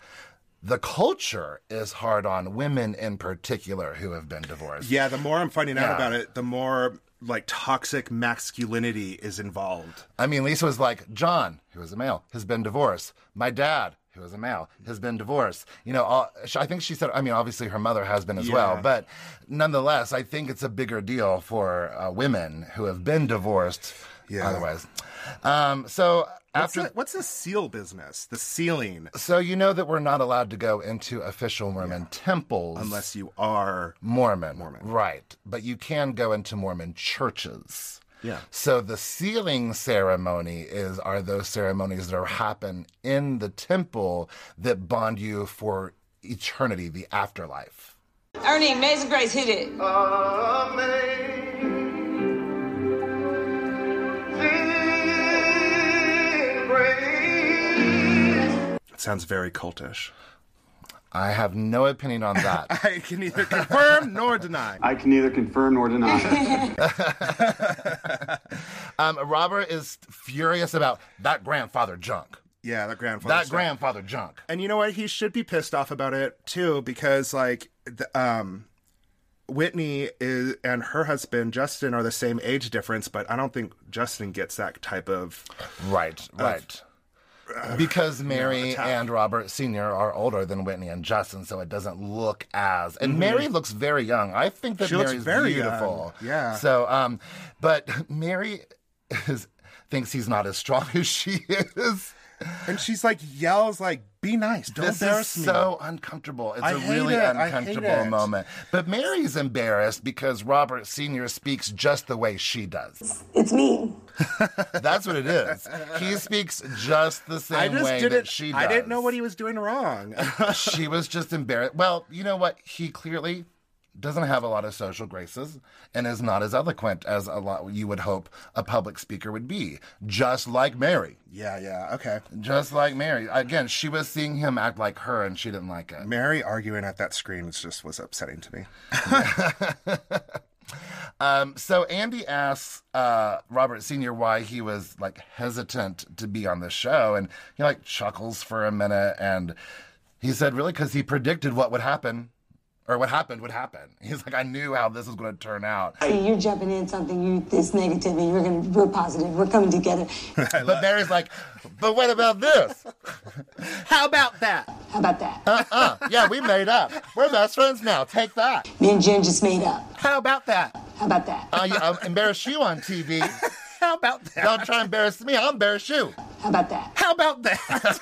[SPEAKER 2] The culture is hard on women in particular who have been divorced.
[SPEAKER 1] Yeah, the more I'm finding out
[SPEAKER 2] Yeah.
[SPEAKER 1] about it, the more like toxic masculinity is involved.
[SPEAKER 2] I mean, Lisa was like, John, who is a male, has been divorced. My dad, who is a male, has been divorced. You know, all, sh- I think she said, I mean, obviously her mother has been as well,
[SPEAKER 1] Yeah.
[SPEAKER 2] but nonetheless, I think it's a bigger deal for uh, women who have been divorced
[SPEAKER 1] Yeah.
[SPEAKER 2] otherwise. Um, so
[SPEAKER 1] What's
[SPEAKER 2] after.
[SPEAKER 1] the, what's the seal business? The sealing,
[SPEAKER 2] So you know that we're not allowed to go into official Mormon temples
[SPEAKER 1] unless you are
[SPEAKER 2] Mormon. Mormon. Right. But you can go into Mormon churches.
[SPEAKER 1] Yeah.
[SPEAKER 2] So the sealing ceremony is are those ceremonies that are happen in the temple that bond you for eternity, the afterlife.
[SPEAKER 7] Ernie, Amazing Grace hit it.
[SPEAKER 1] It sounds very cultish.
[SPEAKER 2] I have no opinion on that.
[SPEAKER 1] I can neither confirm nor deny.
[SPEAKER 4] I can neither confirm nor deny.
[SPEAKER 2] um, Robert is furious about that grandfather junk.
[SPEAKER 1] Yeah, that grandfather.
[SPEAKER 2] That
[SPEAKER 1] stuff.
[SPEAKER 2] grandfather junk.
[SPEAKER 1] And you know what? He should be pissed off about it too, because like, the, um, Whitney is and her husband Justin are the same age difference, but I don't think Justin gets that type of.
[SPEAKER 2] Right, right. because Mary
[SPEAKER 1] attack.
[SPEAKER 2] and Robert Sr. are older than Whitney and Justin, so it doesn't look as. And Mary looks very young. I think that
[SPEAKER 1] Mm-hmm. She looks
[SPEAKER 2] Mary's
[SPEAKER 1] very
[SPEAKER 2] beautiful.
[SPEAKER 1] young. Yeah.
[SPEAKER 2] So, um, but Mary is, thinks he's not as strong as she is.
[SPEAKER 1] And she's like yells like, "Be nice, don't
[SPEAKER 2] This is
[SPEAKER 1] embarrass me."
[SPEAKER 2] so uncomfortable. It's
[SPEAKER 1] I
[SPEAKER 2] a
[SPEAKER 1] hate
[SPEAKER 2] really
[SPEAKER 1] it. I hate
[SPEAKER 2] uncomfortable
[SPEAKER 1] it.
[SPEAKER 2] moment. But Mary's embarrassed because Robert Sr. speaks just the way she does.
[SPEAKER 5] It's me.
[SPEAKER 2] That's what it is. he speaks just the same
[SPEAKER 1] I just
[SPEAKER 2] way
[SPEAKER 1] didn't.
[SPEAKER 2] that she does.
[SPEAKER 1] I didn't know what he was doing wrong.
[SPEAKER 2] she was just embarrassed. Well, you know what? He clearly doesn't have a lot of social graces and is not as eloquent as a lot you would hope a public speaker would be. Just like Mary.
[SPEAKER 1] yeah, yeah, okay.
[SPEAKER 2] Just like Mary. Again, she was seeing him act like her and she didn't like it.
[SPEAKER 1] Mary arguing at that screen was just was upsetting to me.
[SPEAKER 2] Um, so Andy asks uh, Robert Sr. why he was like hesitant to be on the show and he like chuckles for a minute and he said really because he predicted what would happen or what happened would happen. He's like, I knew how this was going to turn out.
[SPEAKER 8] See, you're jumping in something. You it's negative, and you're gonna we're positive. We're coming together.
[SPEAKER 2] But Mary's like, but what about this? how about that?
[SPEAKER 8] How about that?
[SPEAKER 2] Uh, yeah, we made up. We're best friends now. Take that.
[SPEAKER 8] Me and Jen just made up.
[SPEAKER 2] How about that?
[SPEAKER 8] How about that?
[SPEAKER 2] I, I'll embarrass you on TV.
[SPEAKER 1] How about that?
[SPEAKER 2] Don't try to embarrass me. I'll embarrass you.
[SPEAKER 8] How about that?
[SPEAKER 1] How about that?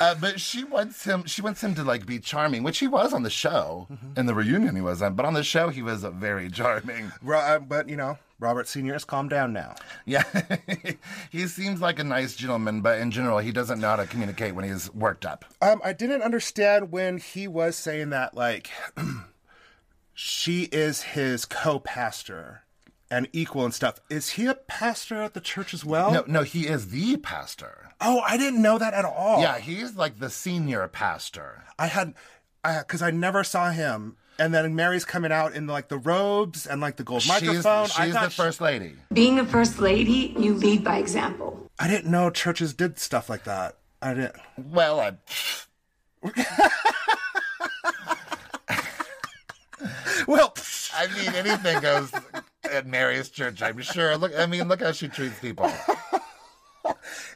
[SPEAKER 2] Uh, but she wants him. She wants him to like be charming, which he was on the show.
[SPEAKER 1] Mm-hmm.
[SPEAKER 2] In the reunion, he wasn't, but on the show, he was very charming.
[SPEAKER 1] Ro- uh, but you know, Robert Senior is calm down now.
[SPEAKER 2] Yeah, he seems like a nice gentleman, but in general, he doesn't know how to communicate when he's worked up.
[SPEAKER 1] Um, I didn't understand when he was saying that like she is his co-pastor and equal and stuff. Is he a pastor at the church as well?
[SPEAKER 2] No, no, he is the pastor.
[SPEAKER 1] Oh, I didn't know that at all.
[SPEAKER 2] Yeah, he's like the senior pastor.
[SPEAKER 1] I had, I because I never saw him. And then Mary's coming out in like the robes and like the gold microphone.
[SPEAKER 2] She's,
[SPEAKER 1] I
[SPEAKER 2] she's
[SPEAKER 1] thought
[SPEAKER 2] the
[SPEAKER 1] she-
[SPEAKER 2] first lady.
[SPEAKER 9] Being a first lady, you lead by example.
[SPEAKER 1] I didn't know churches did stuff like that. I didn't.
[SPEAKER 2] Well, I,
[SPEAKER 1] Well,
[SPEAKER 2] I mean, anything goes at Mary's church. I'm sure. Look, I mean, look how she treats people.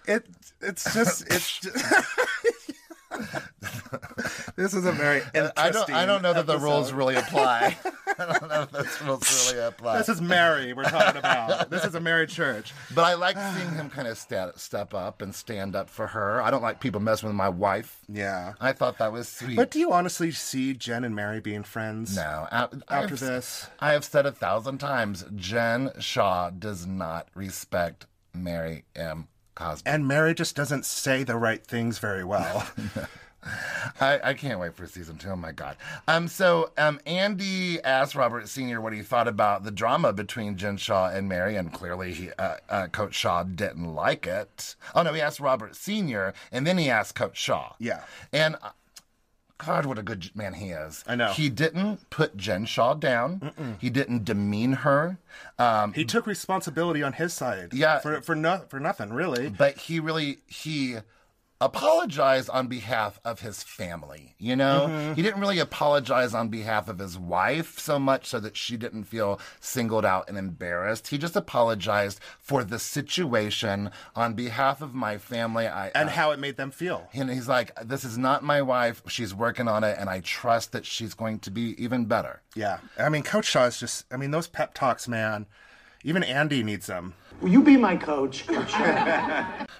[SPEAKER 1] it it's just it's. Just, this is a very interesting.
[SPEAKER 2] I don't. I don't know that the rules
[SPEAKER 1] episode.
[SPEAKER 2] really apply. I don't know if those rules really apply.
[SPEAKER 1] This is Mary we're talking about. this is a Mary church.
[SPEAKER 2] But I like seeing him kind of sta step up and stand up for her. I don't like people messing with my wife.
[SPEAKER 1] Yeah.
[SPEAKER 2] I thought that was sweet.
[SPEAKER 1] But do you honestly see Jen and Mary being friends?
[SPEAKER 2] no, I,
[SPEAKER 1] After
[SPEAKER 2] I've-
[SPEAKER 1] this,
[SPEAKER 2] I have said a thousand times, Jen Shaw does not respect Mary M. Cosby.
[SPEAKER 1] and Mary just doesn't say the right things very well.
[SPEAKER 2] I, I can't wait for season two. Oh my god. Um. So um, Andy asked Robert Senior what he thought about the drama between Jen Shaw and Mary, and clearly he, uh, uh, Coach Shaw didn't like it. Oh no, he asked Robert Senior, and then he asked Coach Shaw.
[SPEAKER 1] Yeah.
[SPEAKER 2] And. Uh, God, what a good man he is.
[SPEAKER 1] I know.
[SPEAKER 2] He didn't put Jen Shaw down. He didn't demean her. Um,
[SPEAKER 1] he took responsibility on his side.
[SPEAKER 2] Yeah.
[SPEAKER 1] For for no, for nothing really.
[SPEAKER 2] but he really he apologized on behalf of his family you know he didn't really apologize on behalf of his wife so much so that she didn't feel singled out and embarrassed he just apologized for the situation on behalf of my family i
[SPEAKER 1] And
[SPEAKER 2] I-
[SPEAKER 1] how it made them feel.
[SPEAKER 2] and he's like this is not my wife she's working on it and i trust that she's going to be even better
[SPEAKER 1] Yeah. I mean, Coach Shaw is just. I mean, those pep talks, man. Even Andy needs them.
[SPEAKER 10] Will you be my coach?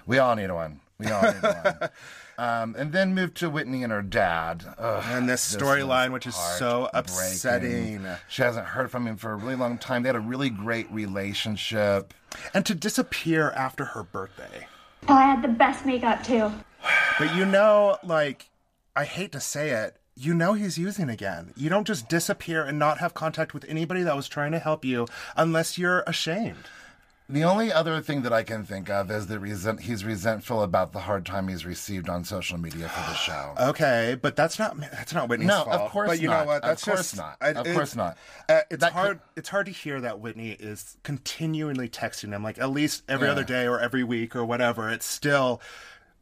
[SPEAKER 2] we all need one we all need one um, and then move to whitney and her dad Ugh.
[SPEAKER 1] And this
[SPEAKER 2] This
[SPEAKER 1] storyline,
[SPEAKER 2] was
[SPEAKER 1] which is so
[SPEAKER 2] heartbreaking.
[SPEAKER 1] upsetting.
[SPEAKER 2] She hasn't heard from him for a really long time. They had a really great relationship.
[SPEAKER 1] And to disappear after her birthday.
[SPEAKER 11] Oh, I had the best makeup too.
[SPEAKER 1] But you know, like, I hate to say it, you know he's using again. You don't just disappear and not have contact with anybody that was trying to help you unless you're ashamed.
[SPEAKER 2] The only other thing that I can think of is that resent, he's resentful about the hard time he's received on social media for the show.
[SPEAKER 1] Okay, but that's not that's not Whitney's
[SPEAKER 2] No,
[SPEAKER 1] fault.
[SPEAKER 2] of course
[SPEAKER 1] But you
[SPEAKER 2] not.
[SPEAKER 1] know what?
[SPEAKER 2] Of
[SPEAKER 1] That's
[SPEAKER 2] course
[SPEAKER 1] just,
[SPEAKER 2] not.
[SPEAKER 1] I-
[SPEAKER 2] Of
[SPEAKER 1] it-
[SPEAKER 2] course not.
[SPEAKER 1] Uh, it's
[SPEAKER 2] That could-
[SPEAKER 1] hard. It's hard to hear that Whitney is continually texting him, like at least every other day or every week or whatever. It's still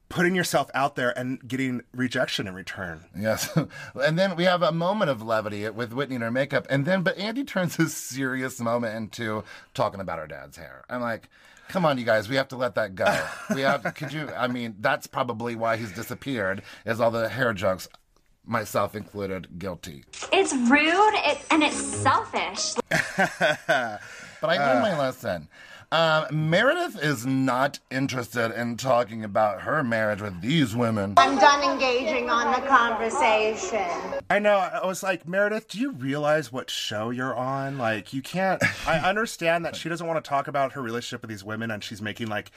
[SPEAKER 1] putting yourself out there and getting rejection in return.
[SPEAKER 2] Yes. And then we have a moment of levity with Whitney and her makeup. And then, but Andy turns this serious moment into talking about her dad's hair. I'm like, come on, you guys, we have to let that go. We have, could you, I mean, that's probably why he's disappeared, is all the hair jokes, myself included, guilty.
[SPEAKER 11] It's rude it, and it's selfish.
[SPEAKER 2] But I learned my lesson. Um, Meredith is not interested in talking about her marriage with these women.
[SPEAKER 8] I'm done engaging on the conversation.
[SPEAKER 1] I know. I was like, Meredith, do you realize what show you're on? Like, you can't. I understand that she doesn't want to talk about her relationship with these women and she's making like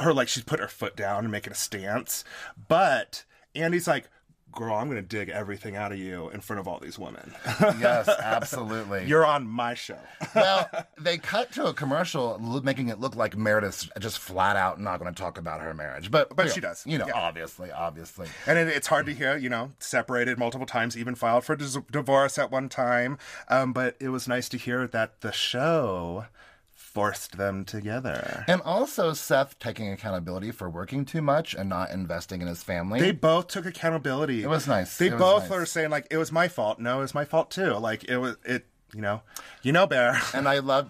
[SPEAKER 1] her, like, she's put her foot down and making a stance. But Andy's like, girl, I'm going to dig everything out of you in front of all these women.
[SPEAKER 2] Yes, absolutely.
[SPEAKER 1] you're on my show.
[SPEAKER 2] well, they cut to a commercial lo- making it look like Meredith's just flat out not going to talk about her marriage. But
[SPEAKER 1] But
[SPEAKER 2] you
[SPEAKER 1] she
[SPEAKER 2] know,
[SPEAKER 1] does.
[SPEAKER 2] You know,
[SPEAKER 1] Yeah.
[SPEAKER 2] obviously, obviously.
[SPEAKER 1] And it, it's hard to hear, you know, separated multiple times, even filed for dis- divorce at one time. Um, but it was nice to hear that the show forced them together.
[SPEAKER 2] And also Seth taking accountability for working too much and not investing in his family.
[SPEAKER 1] They both took accountability. It
[SPEAKER 2] was nice.
[SPEAKER 1] They
[SPEAKER 2] It was
[SPEAKER 1] both
[SPEAKER 2] nice.
[SPEAKER 1] were saying like it was my fault. No, it was my fault too. Like it was it. You know, you know, Bear.
[SPEAKER 2] and I love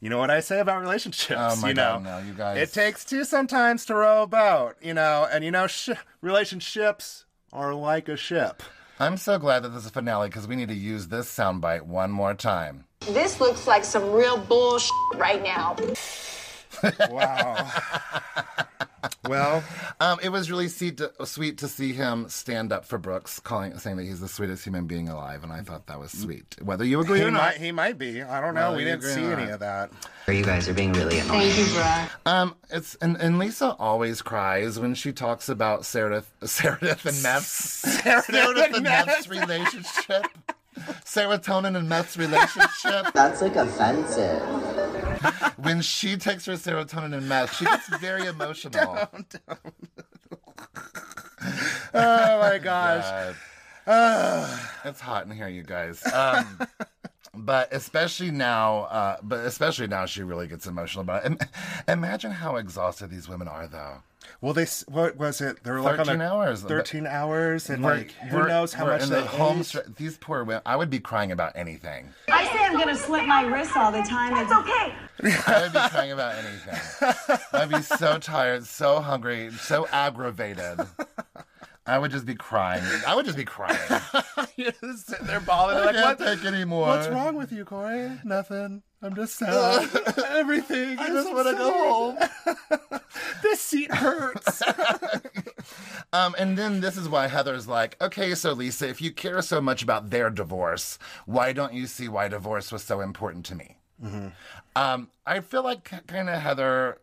[SPEAKER 1] You know what I say about relationships.
[SPEAKER 2] Oh my
[SPEAKER 1] you know,
[SPEAKER 2] God, no, you guys-
[SPEAKER 1] It takes two sometimes to row a boat. You know, and you know, sh- relationships are like a ship.
[SPEAKER 2] I'm so glad that this is a finale because we need to use this soundbite one more time.
[SPEAKER 10] This looks like some real bullshit right now.
[SPEAKER 1] Wow. well,
[SPEAKER 2] Um, it was really sweet to, sweet to see him stand up for Brooks, calling saying that he's the sweetest human being alive, and I thought that was sweet. Whether you agree
[SPEAKER 1] Mm. he
[SPEAKER 2] or not,
[SPEAKER 1] might he might be. I don't know.
[SPEAKER 2] Well,
[SPEAKER 1] we
[SPEAKER 2] you
[SPEAKER 1] didn't
[SPEAKER 2] agree
[SPEAKER 1] see
[SPEAKER 2] or
[SPEAKER 1] any
[SPEAKER 2] not.
[SPEAKER 1] of that.
[SPEAKER 12] You guys are being really annoying.
[SPEAKER 3] Thank you, bruh.
[SPEAKER 2] um, it's and, and Lisa always cries when she talks about Sarah, Sarah and Meth's Meredith and Meth's relationship. Serotonin and Meth's relationship.
[SPEAKER 13] That's like offensive.
[SPEAKER 2] when she takes her serotonin and meth, she gets very emotional.
[SPEAKER 1] Oh my gosh.
[SPEAKER 2] God. Uh, it's hot in here, you guys. Um, but especially now, uh, but especially now, she really gets emotional about it. Im- imagine how exhausted these women are, though.
[SPEAKER 1] Well, they s- what was it? They were like on
[SPEAKER 2] 13
[SPEAKER 1] a,
[SPEAKER 2] hours.
[SPEAKER 1] thirteen hours, and
[SPEAKER 2] We're-
[SPEAKER 1] like who
[SPEAKER 2] we're-
[SPEAKER 1] knows how
[SPEAKER 2] we're
[SPEAKER 1] much
[SPEAKER 2] in
[SPEAKER 1] they
[SPEAKER 2] the home.
[SPEAKER 1] ate.
[SPEAKER 2] stre- these poor women. I would be crying about anything.
[SPEAKER 8] I say I'm gonna slit my wrists all the time. That's okay.
[SPEAKER 2] I would be crying about anything. I'd be so tired, so hungry, so aggravated. I would just be crying. I would just be crying.
[SPEAKER 1] You're just sitting there bawling.
[SPEAKER 2] I
[SPEAKER 1] like,
[SPEAKER 2] can't
[SPEAKER 1] what?
[SPEAKER 2] take anymore.
[SPEAKER 1] What's wrong with you, Corey? Nothing. I'm just sad. Everything.
[SPEAKER 2] I just want to go home.
[SPEAKER 1] This seat hurts.
[SPEAKER 2] Um, and then this is why Heather's like, okay, so Lisa, if you care so much about their divorce, why don't you see why divorce was so important to me?
[SPEAKER 1] Mm-hmm.
[SPEAKER 2] Um, I feel like kind of Heather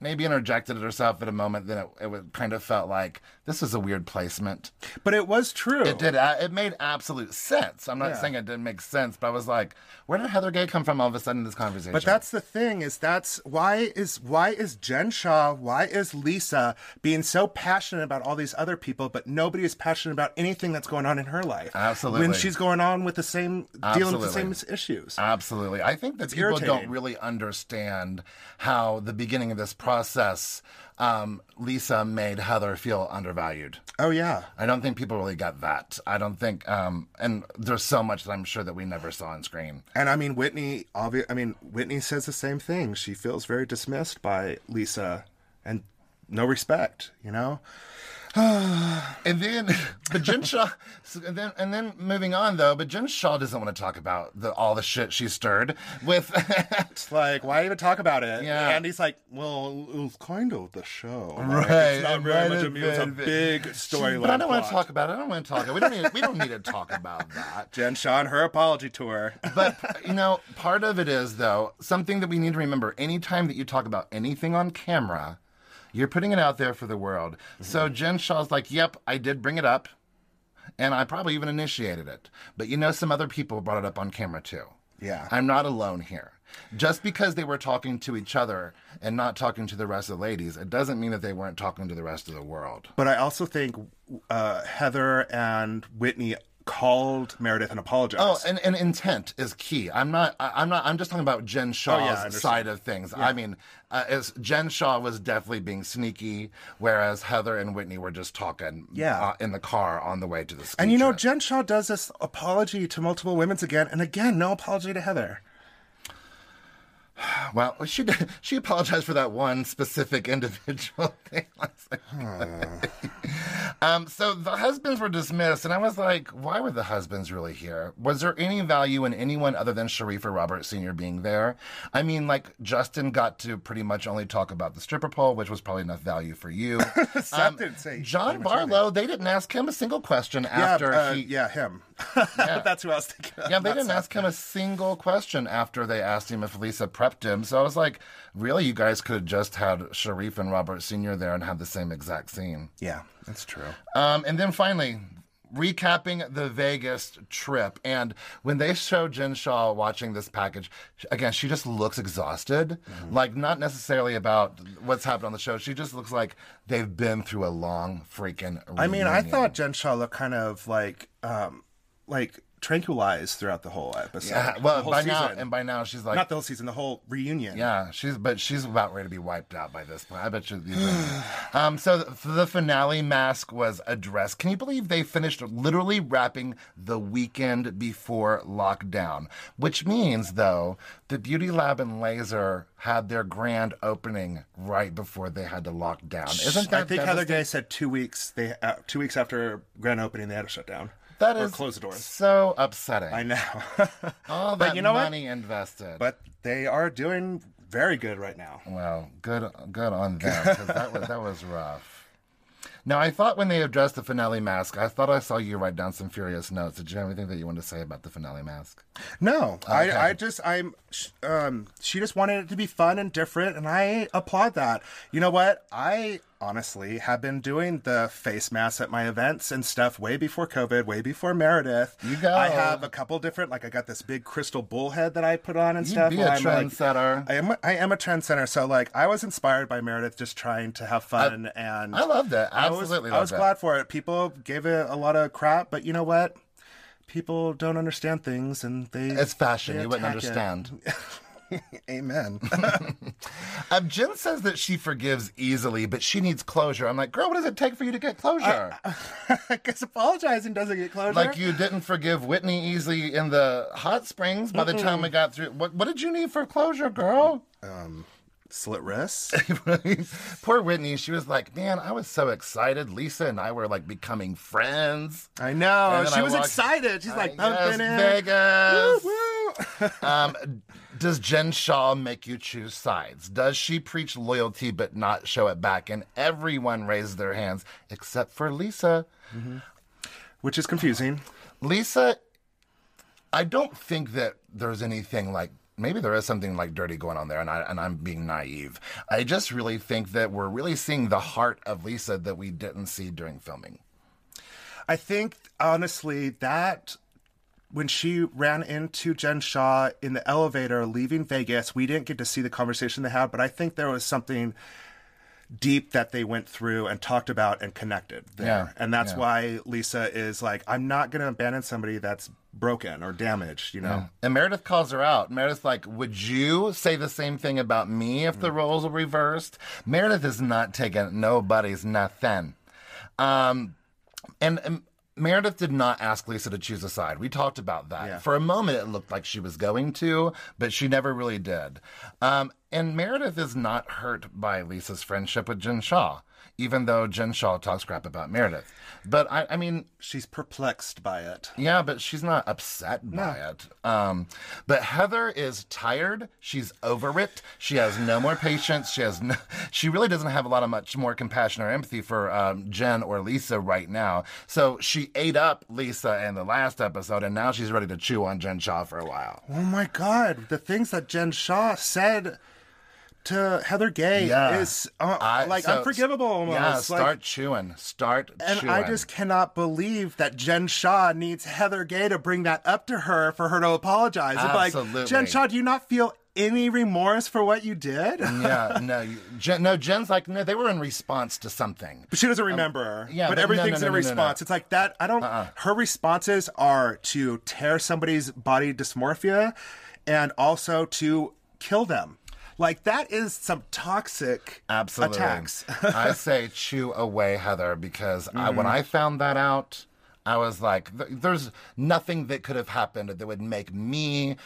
[SPEAKER 2] maybe interjected herself at a moment that it, it would- kind of felt like this is a weird placement.
[SPEAKER 1] but it was true.
[SPEAKER 2] It did. uh, It made absolute sense. I'm not
[SPEAKER 1] Yeah.
[SPEAKER 2] saying it didn't make sense, but I was like, where did Heather Gay come from all of a sudden in this conversation?
[SPEAKER 1] But that's the thing is that's why is why is Jen Shaw, why is Lisa being so passionate about all these other people, but nobody is passionate about anything that's going on in her life.
[SPEAKER 2] Absolutely.
[SPEAKER 1] When she's going on with the same dealing with the
[SPEAKER 2] Absolutely.
[SPEAKER 1] same issues.
[SPEAKER 2] Absolutely. I think that people don't
[SPEAKER 1] irritating.
[SPEAKER 2] really understand how the beginning of this process, um, Lisa made Heather feel undervalued.
[SPEAKER 1] oh yeah.
[SPEAKER 2] I don't think people really got that. I don't think, um, and there's so much that I'm sure that we never saw on screen.
[SPEAKER 1] And I mean Whitney obvi- I mean Whitney says the same thing. She feels very dismissed by Lisa and no respect, you know?
[SPEAKER 2] And then, but Jen Shaw, so- and then, and then moving on though, but Jen Shaw doesn't want to talk about the, all the shit she stirred with.
[SPEAKER 1] It's like, why even talk about it?
[SPEAKER 2] Yeah.
[SPEAKER 1] And he's like, well, it was kind of the show. Like,
[SPEAKER 2] Right,
[SPEAKER 1] It's not
[SPEAKER 2] it
[SPEAKER 1] very
[SPEAKER 2] might
[SPEAKER 1] much
[SPEAKER 2] have
[SPEAKER 1] a mu- It's a
[SPEAKER 2] been-
[SPEAKER 1] big storyline.
[SPEAKER 2] but I don't want to
[SPEAKER 1] plot.
[SPEAKER 2] talk about it. I don't want to talk. We don't need. We don't need to talk about that.
[SPEAKER 1] Jen Shaw and her apology tour.
[SPEAKER 2] but you know, part of it is though something that we need to remember. Anytime that you talk about anything on camera, you're putting it out there for the world. So Jen Shaw's like, "Yep, I did bring it up, and I probably even initiated it." But you know, some other people brought it up on camera too.
[SPEAKER 1] Yeah.
[SPEAKER 2] I'm not alone here. Just because they were talking to each other and not talking to the rest of the ladies, it doesn't mean that they weren't talking to the rest of the world.
[SPEAKER 1] But I also think uh, Heather and Whitney called Meredith and apologized.
[SPEAKER 2] Oh, and, and intent is key. I'm not. I, I'm not. I'm just talking about Jen Shaw's
[SPEAKER 1] Oh, I understand.
[SPEAKER 2] side of things. I mean, uh, as Jen Shaw was definitely being sneaky, whereas Heather and Whitney were just talking.
[SPEAKER 1] Yeah.
[SPEAKER 2] uh, in the car on the way to the school.
[SPEAKER 1] and you know,
[SPEAKER 2] trip.
[SPEAKER 1] Jen Shaw does this apology to multiple women's again, and again, no apology to Heather.
[SPEAKER 2] well, she did, she apologized for that one specific individual thing. I was like,
[SPEAKER 1] Hmm.
[SPEAKER 2] um, so the husbands were dismissed, and I was like, why were the husbands really here? Was there any value in anyone other than Sharifa Roberts Sr. being there? I mean, like Justin got to pretty much only talk about the stripper pole, which was probably enough value for you. Um,
[SPEAKER 1] Seth didn't say
[SPEAKER 2] John
[SPEAKER 1] pretty much
[SPEAKER 2] Barlow, they didn't ask him a single question after
[SPEAKER 1] yeah, uh,
[SPEAKER 2] he.
[SPEAKER 1] yeah, him. That's who I was thinking. Of.
[SPEAKER 2] Yeah, they
[SPEAKER 1] not
[SPEAKER 2] didn't
[SPEAKER 1] Seth.
[SPEAKER 2] ask him a single question after they asked him if Lisa prepped him. So I was like, really, you guys could have just had Sharif and Robert Sr. there and had the same exact scene.
[SPEAKER 1] Yeah, that's true.
[SPEAKER 2] Um, and then finally, recapping the Vegas trip. And when they show Jen Shaw watching this package, sh- again, she just looks exhausted.
[SPEAKER 1] Mm-hmm.
[SPEAKER 2] Like, not necessarily about what's happened on the show. She just looks like they've been through a long freaking
[SPEAKER 1] I mean, I
[SPEAKER 2] reunion.
[SPEAKER 1] thought Jen Shaw looked kind of like, um, like tranquilized throughout the whole episode.
[SPEAKER 2] Yeah,
[SPEAKER 1] the
[SPEAKER 2] well,
[SPEAKER 1] whole
[SPEAKER 2] by now
[SPEAKER 1] season.
[SPEAKER 2] and by now she's like
[SPEAKER 1] not the whole season, the whole reunion.
[SPEAKER 2] Yeah, she's but she's about ready to be wiped out by this point. I bet you. um, so the, the finale mask was a dress. Can you believe they finished literally wrapping the weekend before lockdown? Which means though, the Beauty Lab and Laser had their grand opening right before they had to lock down. Isn't that
[SPEAKER 1] I think Heather
[SPEAKER 2] devastating?
[SPEAKER 1] Gay said two weeks. They uh, two weeks after grand opening, they had to shut down.
[SPEAKER 2] That
[SPEAKER 1] or
[SPEAKER 2] is
[SPEAKER 1] close the doors.
[SPEAKER 2] So upsetting.
[SPEAKER 1] I know.
[SPEAKER 2] All
[SPEAKER 1] But
[SPEAKER 2] that
[SPEAKER 1] you know what?
[SPEAKER 2] money invested.
[SPEAKER 1] but they are doing very good right now.
[SPEAKER 2] Well, good, good on them 'cause that was that was rough. Now, I thought when they addressed the finale mask, I thought I saw you write down some furious notes. Did you have anything that you wanted to say about the finale mask?
[SPEAKER 1] No,
[SPEAKER 2] Okay.
[SPEAKER 1] I, I just I'm sh- um she just wanted it to be fun and different, and I applaud that. You know what? I honestly have been doing the face masks at my events and stuff way before COVID, way before Meredith.
[SPEAKER 2] You go.
[SPEAKER 1] I have a couple different like I got this big crystal bull head that I put on and
[SPEAKER 2] You'd
[SPEAKER 1] stuff.
[SPEAKER 2] be
[SPEAKER 1] while
[SPEAKER 2] a
[SPEAKER 1] I'm, like-
[SPEAKER 2] trendsetter.
[SPEAKER 1] I am a- I am a trendsetter, so like I was inspired by Meredith just trying to have fun and
[SPEAKER 2] I loved it.
[SPEAKER 1] I was-
[SPEAKER 2] Absolutely
[SPEAKER 1] I was,
[SPEAKER 2] loved it.
[SPEAKER 1] glad for it. People gave it a lot of crap, but you know what? People don't understand things, and they
[SPEAKER 2] It's fashion.
[SPEAKER 1] they
[SPEAKER 2] You wouldn't
[SPEAKER 1] attack it.
[SPEAKER 2] understand.
[SPEAKER 1] Amen.
[SPEAKER 2] Um, Jen says that she forgives easily, but she needs closure. I'm like, girl, what does it take for you to get closure?
[SPEAKER 1] I guess apologizing doesn't get closure.
[SPEAKER 2] like you didn't forgive Whitney easily in the hot springs. By the time we got through, what what did you need for closure, girl?
[SPEAKER 1] slit wrists.
[SPEAKER 2] Poor Whitney. She was like, man, I was so excited. Lisa and I were like becoming friends.
[SPEAKER 1] I know.
[SPEAKER 2] And then
[SPEAKER 1] She
[SPEAKER 2] I
[SPEAKER 1] was
[SPEAKER 2] walked-
[SPEAKER 1] excited. She's
[SPEAKER 2] I
[SPEAKER 1] like
[SPEAKER 2] guess
[SPEAKER 1] pumping it.
[SPEAKER 2] Vegas.
[SPEAKER 1] Woo, woo.
[SPEAKER 2] um, does Jen Shaw make you choose sides? Does she preach loyalty but not show it back? And everyone raised their hands except for Lisa.
[SPEAKER 1] Which is confusing.
[SPEAKER 2] Lisa, I don't think that there's anything like maybe there is something like dirty going on there, and I and I'm being naive. I just really think that we're really seeing the heart of Lisa that we didn't see during filming.
[SPEAKER 1] I think honestly that when she ran into Jen Shaw in the elevator leaving Vegas, we didn't get to see the conversation they had, but I think there was something deep that they went through and talked about and connected there.
[SPEAKER 2] Yeah,
[SPEAKER 1] and that's
[SPEAKER 2] yeah.
[SPEAKER 1] why Lisa is like, I'm not going to abandon somebody that's broken or damaged, you know?
[SPEAKER 2] And Meredith calls her out. Meredith's like, Would you say the same thing about me if the roles were reversed? Meredith is not taking nobody's nothing. Um, and um, Meredith did not ask Lisa to choose a side. We talked about that.
[SPEAKER 1] Yeah.
[SPEAKER 2] For a moment, it looked like she was going to, but she never really did. Um, and Meredith is not hurt by Lisa's friendship with Jen Shaw, even though Jen Shaw talks crap about Meredith. But I, I mean,
[SPEAKER 1] She's perplexed by it.
[SPEAKER 2] yeah, but she's not upset by it. Um, but Heather is tired. She's over it. She has no more patience. She has no, she really doesn't have a lot of much more compassion or empathy for um, Jen or Lisa right now. So she ate up Lisa in the last episode, and now she's ready to chew on Jen Shaw for a while.
[SPEAKER 1] Oh my God, the things that Jen Shaw said to Heather Gay
[SPEAKER 2] Yeah,
[SPEAKER 1] is uh,
[SPEAKER 2] I-
[SPEAKER 1] like
[SPEAKER 2] so-
[SPEAKER 1] unforgivable almost.
[SPEAKER 2] Yeah,
[SPEAKER 1] Like,
[SPEAKER 2] start chewing. Start.
[SPEAKER 1] And
[SPEAKER 2] chewing.
[SPEAKER 1] I just cannot believe that Jen Shaw needs Heather Gay to bring that up to her for her to apologize. It's
[SPEAKER 2] Absolutely.
[SPEAKER 1] like, Jen Shaw, do you not feel any remorse for what you did?
[SPEAKER 2] yeah, no, you- Jen, no. Jen's like, no, they were in response to something.
[SPEAKER 1] But she doesn't remember.
[SPEAKER 2] Um, yeah,
[SPEAKER 1] but,
[SPEAKER 2] but no,
[SPEAKER 1] everything's in a
[SPEAKER 2] no, no, no, Uh-uh. no.
[SPEAKER 1] response. It's like that. I don't. Her responses are to tear somebody's body dysmorphia, and also to kill them. Like that is some toxic
[SPEAKER 2] Absolutely.
[SPEAKER 1] attacks.
[SPEAKER 2] I say chew away, Heather, because I, when
[SPEAKER 1] Mm-hmm.
[SPEAKER 2] I found that out, I was like, "Th- there's nothing that could have happened that would make me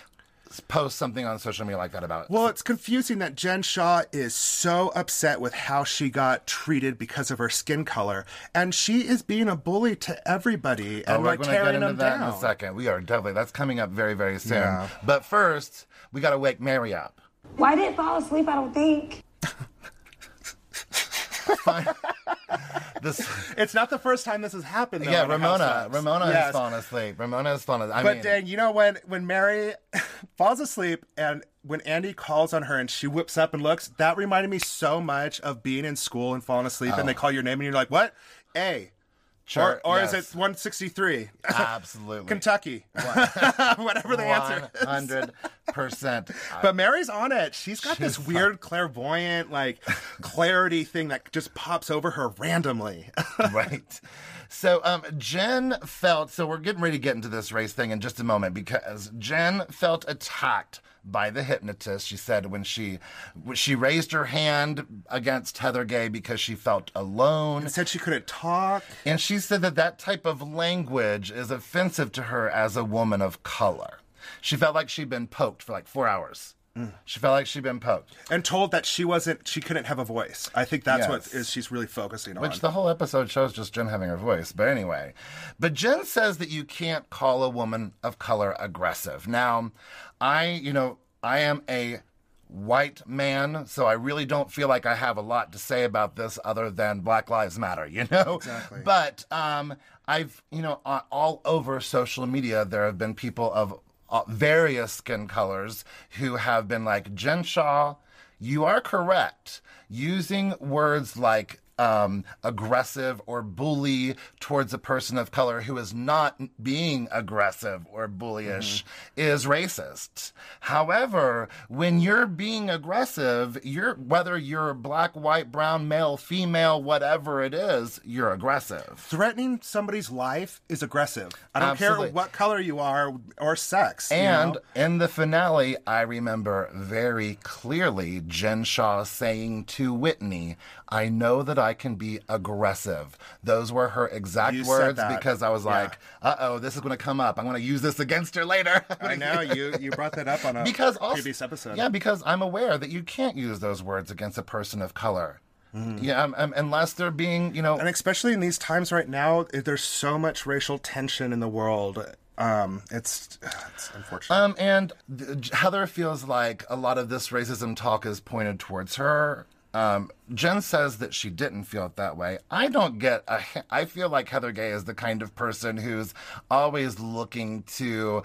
[SPEAKER 2] s- post something on social media like that about.
[SPEAKER 1] Well, it's confusing that Jen Shaw is so upset with how she got treated because of her skin color, and she is being a bully to everybody and
[SPEAKER 2] Oh, we're
[SPEAKER 1] like
[SPEAKER 2] gonna get
[SPEAKER 1] tearing
[SPEAKER 2] into
[SPEAKER 1] them
[SPEAKER 2] that
[SPEAKER 1] down.
[SPEAKER 2] in a second. We are definitely that's coming up very, very soon. But first, we got to wake Mary up.
[SPEAKER 8] Why did it fall asleep? I don't think.
[SPEAKER 2] This,
[SPEAKER 1] It's not the first time this has happened. Though,
[SPEAKER 2] yeah,
[SPEAKER 1] in a
[SPEAKER 2] Ramona.
[SPEAKER 1] housewives.
[SPEAKER 2] Ramona
[SPEAKER 1] Yes.
[SPEAKER 2] is falling asleep. Ramona is falling. asleep. I
[SPEAKER 1] But
[SPEAKER 2] mean,
[SPEAKER 1] dang, you know when when Mary falls asleep and when Andy calls on her and she whips up and looks, that reminded me so much of being in school and falling asleep and they call your name and you're like, what? A.
[SPEAKER 2] Oh. sure,
[SPEAKER 1] or or is
[SPEAKER 2] yes.
[SPEAKER 1] it 163?
[SPEAKER 2] absolutely
[SPEAKER 1] Kentucky. Whatever the answer is.
[SPEAKER 2] Hundred percent.
[SPEAKER 1] But Mary's on it. She's got this
[SPEAKER 2] She's
[SPEAKER 1] weird clairvoyant, like clarity thing that just pops over her randomly.
[SPEAKER 2] right. So um, Jen felt, so we're getting ready to get into this race thing in just a moment because Jen felt attacked by the hypnotist. She said when she when she raised her hand against Heather Gay because she felt alone.
[SPEAKER 1] And said she couldn't talk.
[SPEAKER 2] And she said that that type of language is offensive to her as a woman of color. She felt like she'd been poked for like four hours.
[SPEAKER 1] Mm.
[SPEAKER 2] She felt like she'd been poked
[SPEAKER 1] and told that she wasn't. She couldn't have a voice. I think that's what is she's really focusing on.
[SPEAKER 2] Which the whole episode shows just Jen having her voice. But anyway, but Jen says that you can't call a woman of color aggressive. Now, I, you know, I am a white man, so I really don't feel like I have a lot to say about this other than Black Lives Matter, you know?
[SPEAKER 1] Exactly.
[SPEAKER 2] But um, I've, you know, on- all over social media, there have been people of uh, various skin colors who have been like, Jen Shaw, you are correct. Using words like um, aggressive or bully towards a person of color who is not being aggressive or bullyish is racist. However, when you're being aggressive, you're whether you're black, white, brown, male, female, whatever it is, you're aggressive.
[SPEAKER 1] Threatening somebody's life is aggressive. I don't
[SPEAKER 2] Absolutely.
[SPEAKER 1] care what color you are or sex. you
[SPEAKER 2] And
[SPEAKER 1] know?
[SPEAKER 2] in the finale, I remember very clearly Jen Shaw saying to Whitney, I know that I can be aggressive. Those were her exact
[SPEAKER 1] You said
[SPEAKER 2] words
[SPEAKER 1] that.
[SPEAKER 2] because I was
[SPEAKER 1] Yeah.
[SPEAKER 2] like, uh oh, this is going to come up. I'm going to use this against her later.
[SPEAKER 1] I know you you brought that up on a
[SPEAKER 2] because also,
[SPEAKER 1] previous episode.
[SPEAKER 2] Yeah, because I'm aware that you can't use those words against a person of color.
[SPEAKER 1] Mm.
[SPEAKER 2] Yeah, um, um, unless they're being, you know,
[SPEAKER 1] and especially in these times right now, eh, there's so much racial tension in the world. Um, it's it's unfortunate.
[SPEAKER 2] Um, and th- Heather feels like a lot of this racism talk is pointed towards her. Um, Jen says that she didn't feel it that way. I don't get a. he- I feel like Heather Gay is the kind of person who's always looking to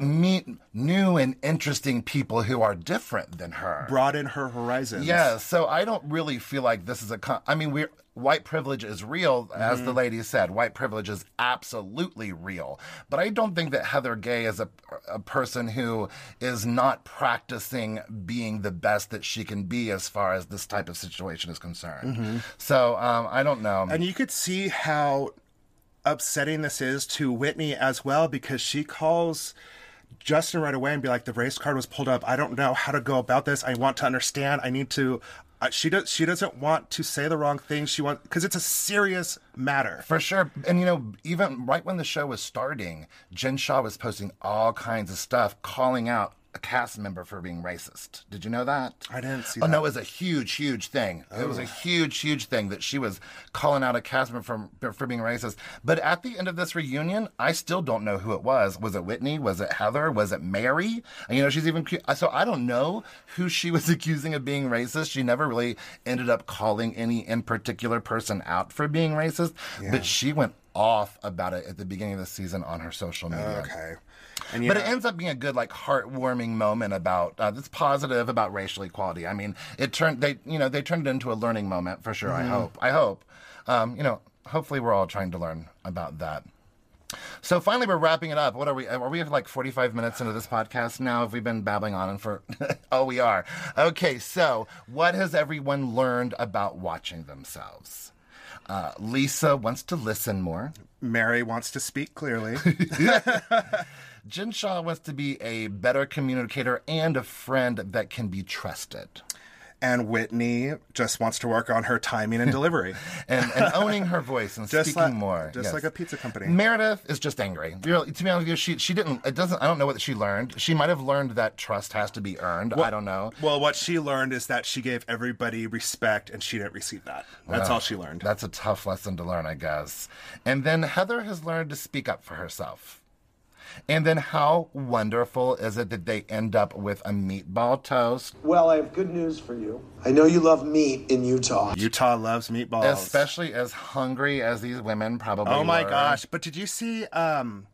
[SPEAKER 2] meet new and interesting people who are different than her.
[SPEAKER 1] Broaden her horizons.
[SPEAKER 2] Yeah, so I don't really feel like this is a. Con- I mean, we're white privilege is real, as
[SPEAKER 1] Mm-hmm.
[SPEAKER 2] the lady said. White privilege is absolutely real, but I don't think that Heather Gay is a a person who is not practicing being the best that she can be as far as this type of situation is concerned. So um, I don't know.
[SPEAKER 1] Mm-hmm. And you could see how upsetting this is to Whitney as well because she calls Justin right away and be like, "The race card was pulled up. I don't know how to go about this. I want to understand. I need to." Uh, she does. She doesn't want to say the wrong thing. She wants because it's a serious matter.
[SPEAKER 2] For sure. And you know, even right when the show was starting, Jen Shaw was posting all kinds of stuff calling out a cast member for being racist. Did you know that?
[SPEAKER 1] I didn't see
[SPEAKER 2] Oh
[SPEAKER 1] that.
[SPEAKER 2] no, it was a huge, huge thing. It was a huge, huge thing that she was calling out a cast member for, for being racist. But at the end of this reunion, I still don't know who it was. Was it Whitney? Was it Heather? Was it Mary? And, you know, she's even cu- so I don't know who she was accusing of being racist. She never really ended up calling any in particular person out for being racist, but she went off about it at the beginning of the season on her social media.
[SPEAKER 1] Okay, and you
[SPEAKER 2] But
[SPEAKER 1] know-
[SPEAKER 2] it ends up being a good, like, heartwarming moment about uh, that's positive about racial equality. I mean, it turned they, you know, they turned it into a learning moment for sure. I hope. I hope. Um, you know, hopefully, we're all trying to learn about that. So finally, we're wrapping it up. What are we? Are we like forty-five minutes into this podcast now? Have we been babbling on and for? oh, we are. Okay. So, what has everyone learned about watching themselves? Uh, Lisa wants to listen more.
[SPEAKER 1] Mary wants to speak clearly.
[SPEAKER 2] Jin Shaw wants to be a better communicator and a friend that can be trusted.
[SPEAKER 1] and Whitney just wants to work on her timing and delivery.
[SPEAKER 2] And, and owning her voice and
[SPEAKER 1] Just
[SPEAKER 2] speaking
[SPEAKER 1] like-
[SPEAKER 2] more.
[SPEAKER 1] just like a pizza company.
[SPEAKER 2] Meredith is just angry. Really, to be honest with you, she, she didn't, it doesn't, I don't know what she learned. She might have learned that trust has to be earned. I don't know.
[SPEAKER 1] Well, what she learned is that she gave everybody respect and she didn't receive that. That's all she learned.
[SPEAKER 2] That's a tough lesson to learn, I guess. And then Heather has learned to speak up for herself. And then how wonderful is it that they end up with a meatball toast?
[SPEAKER 14] Well, I have good news for you. I know you love meat in Utah.
[SPEAKER 1] Utah loves meatballs.
[SPEAKER 2] Especially as hungry as these women probably
[SPEAKER 1] oh my
[SPEAKER 2] were.
[SPEAKER 1] gosh. But did you see um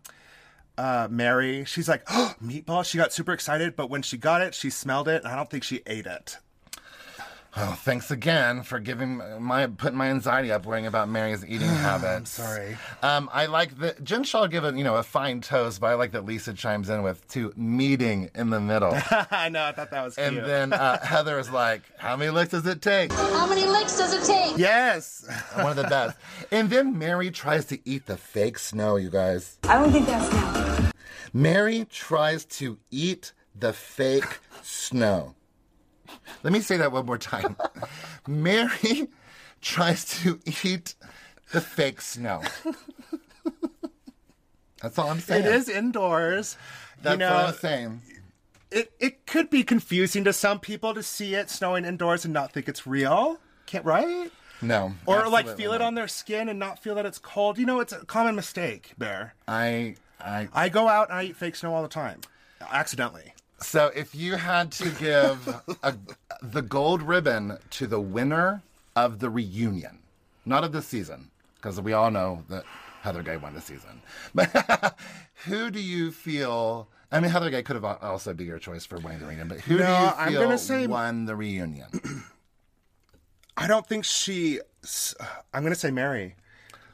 [SPEAKER 1] uh Mary? She's like, oh, meatball. She got super excited, but when she got it, she smelled it, and I don't think she ate it.
[SPEAKER 2] Oh, thanks again for giving my putting my anxiety up worrying about Mary's eating habits. I'm
[SPEAKER 1] sorry.
[SPEAKER 2] Um, I like that Jen Shaw gave a you know a fine toast, but I like that Lisa chimes in with to meeting in the middle.
[SPEAKER 1] I know. I thought that was. Cute.
[SPEAKER 2] And then uh, Heather is like, "How many licks does it take?"
[SPEAKER 10] How many licks does it take?
[SPEAKER 1] Yes,
[SPEAKER 2] one of the best. And then Mary tries to eat the fake snow. You guys.
[SPEAKER 5] I don't think that's now.
[SPEAKER 2] Mary tries to eat the fake snow. Let me say that one more time. Mary tries to eat the fake snow. That's all I'm saying.
[SPEAKER 1] It is indoors.
[SPEAKER 2] That's
[SPEAKER 1] you know,
[SPEAKER 2] all I'm saying.
[SPEAKER 1] It it could be confusing to some people to see it snowing indoors and not think it's real. Can't right?
[SPEAKER 2] No.
[SPEAKER 1] Or like feel not. it on their skin and not feel that it's cold. You know, it's a common mistake, Bear.
[SPEAKER 2] I I
[SPEAKER 1] I go out and I eat fake snow all the time. Accidentally.
[SPEAKER 2] So, if you had to give a, the gold ribbon to the winner of the reunion, not of this season, because we all know that Heather Gay won this season, but who do you feel? I mean, Heather Gay could have also be your choice for winning the reunion, but
[SPEAKER 1] no,
[SPEAKER 2] who do you feel
[SPEAKER 1] I'm gonna say,
[SPEAKER 2] won the reunion?
[SPEAKER 1] I don't think she. I'm going to say Mary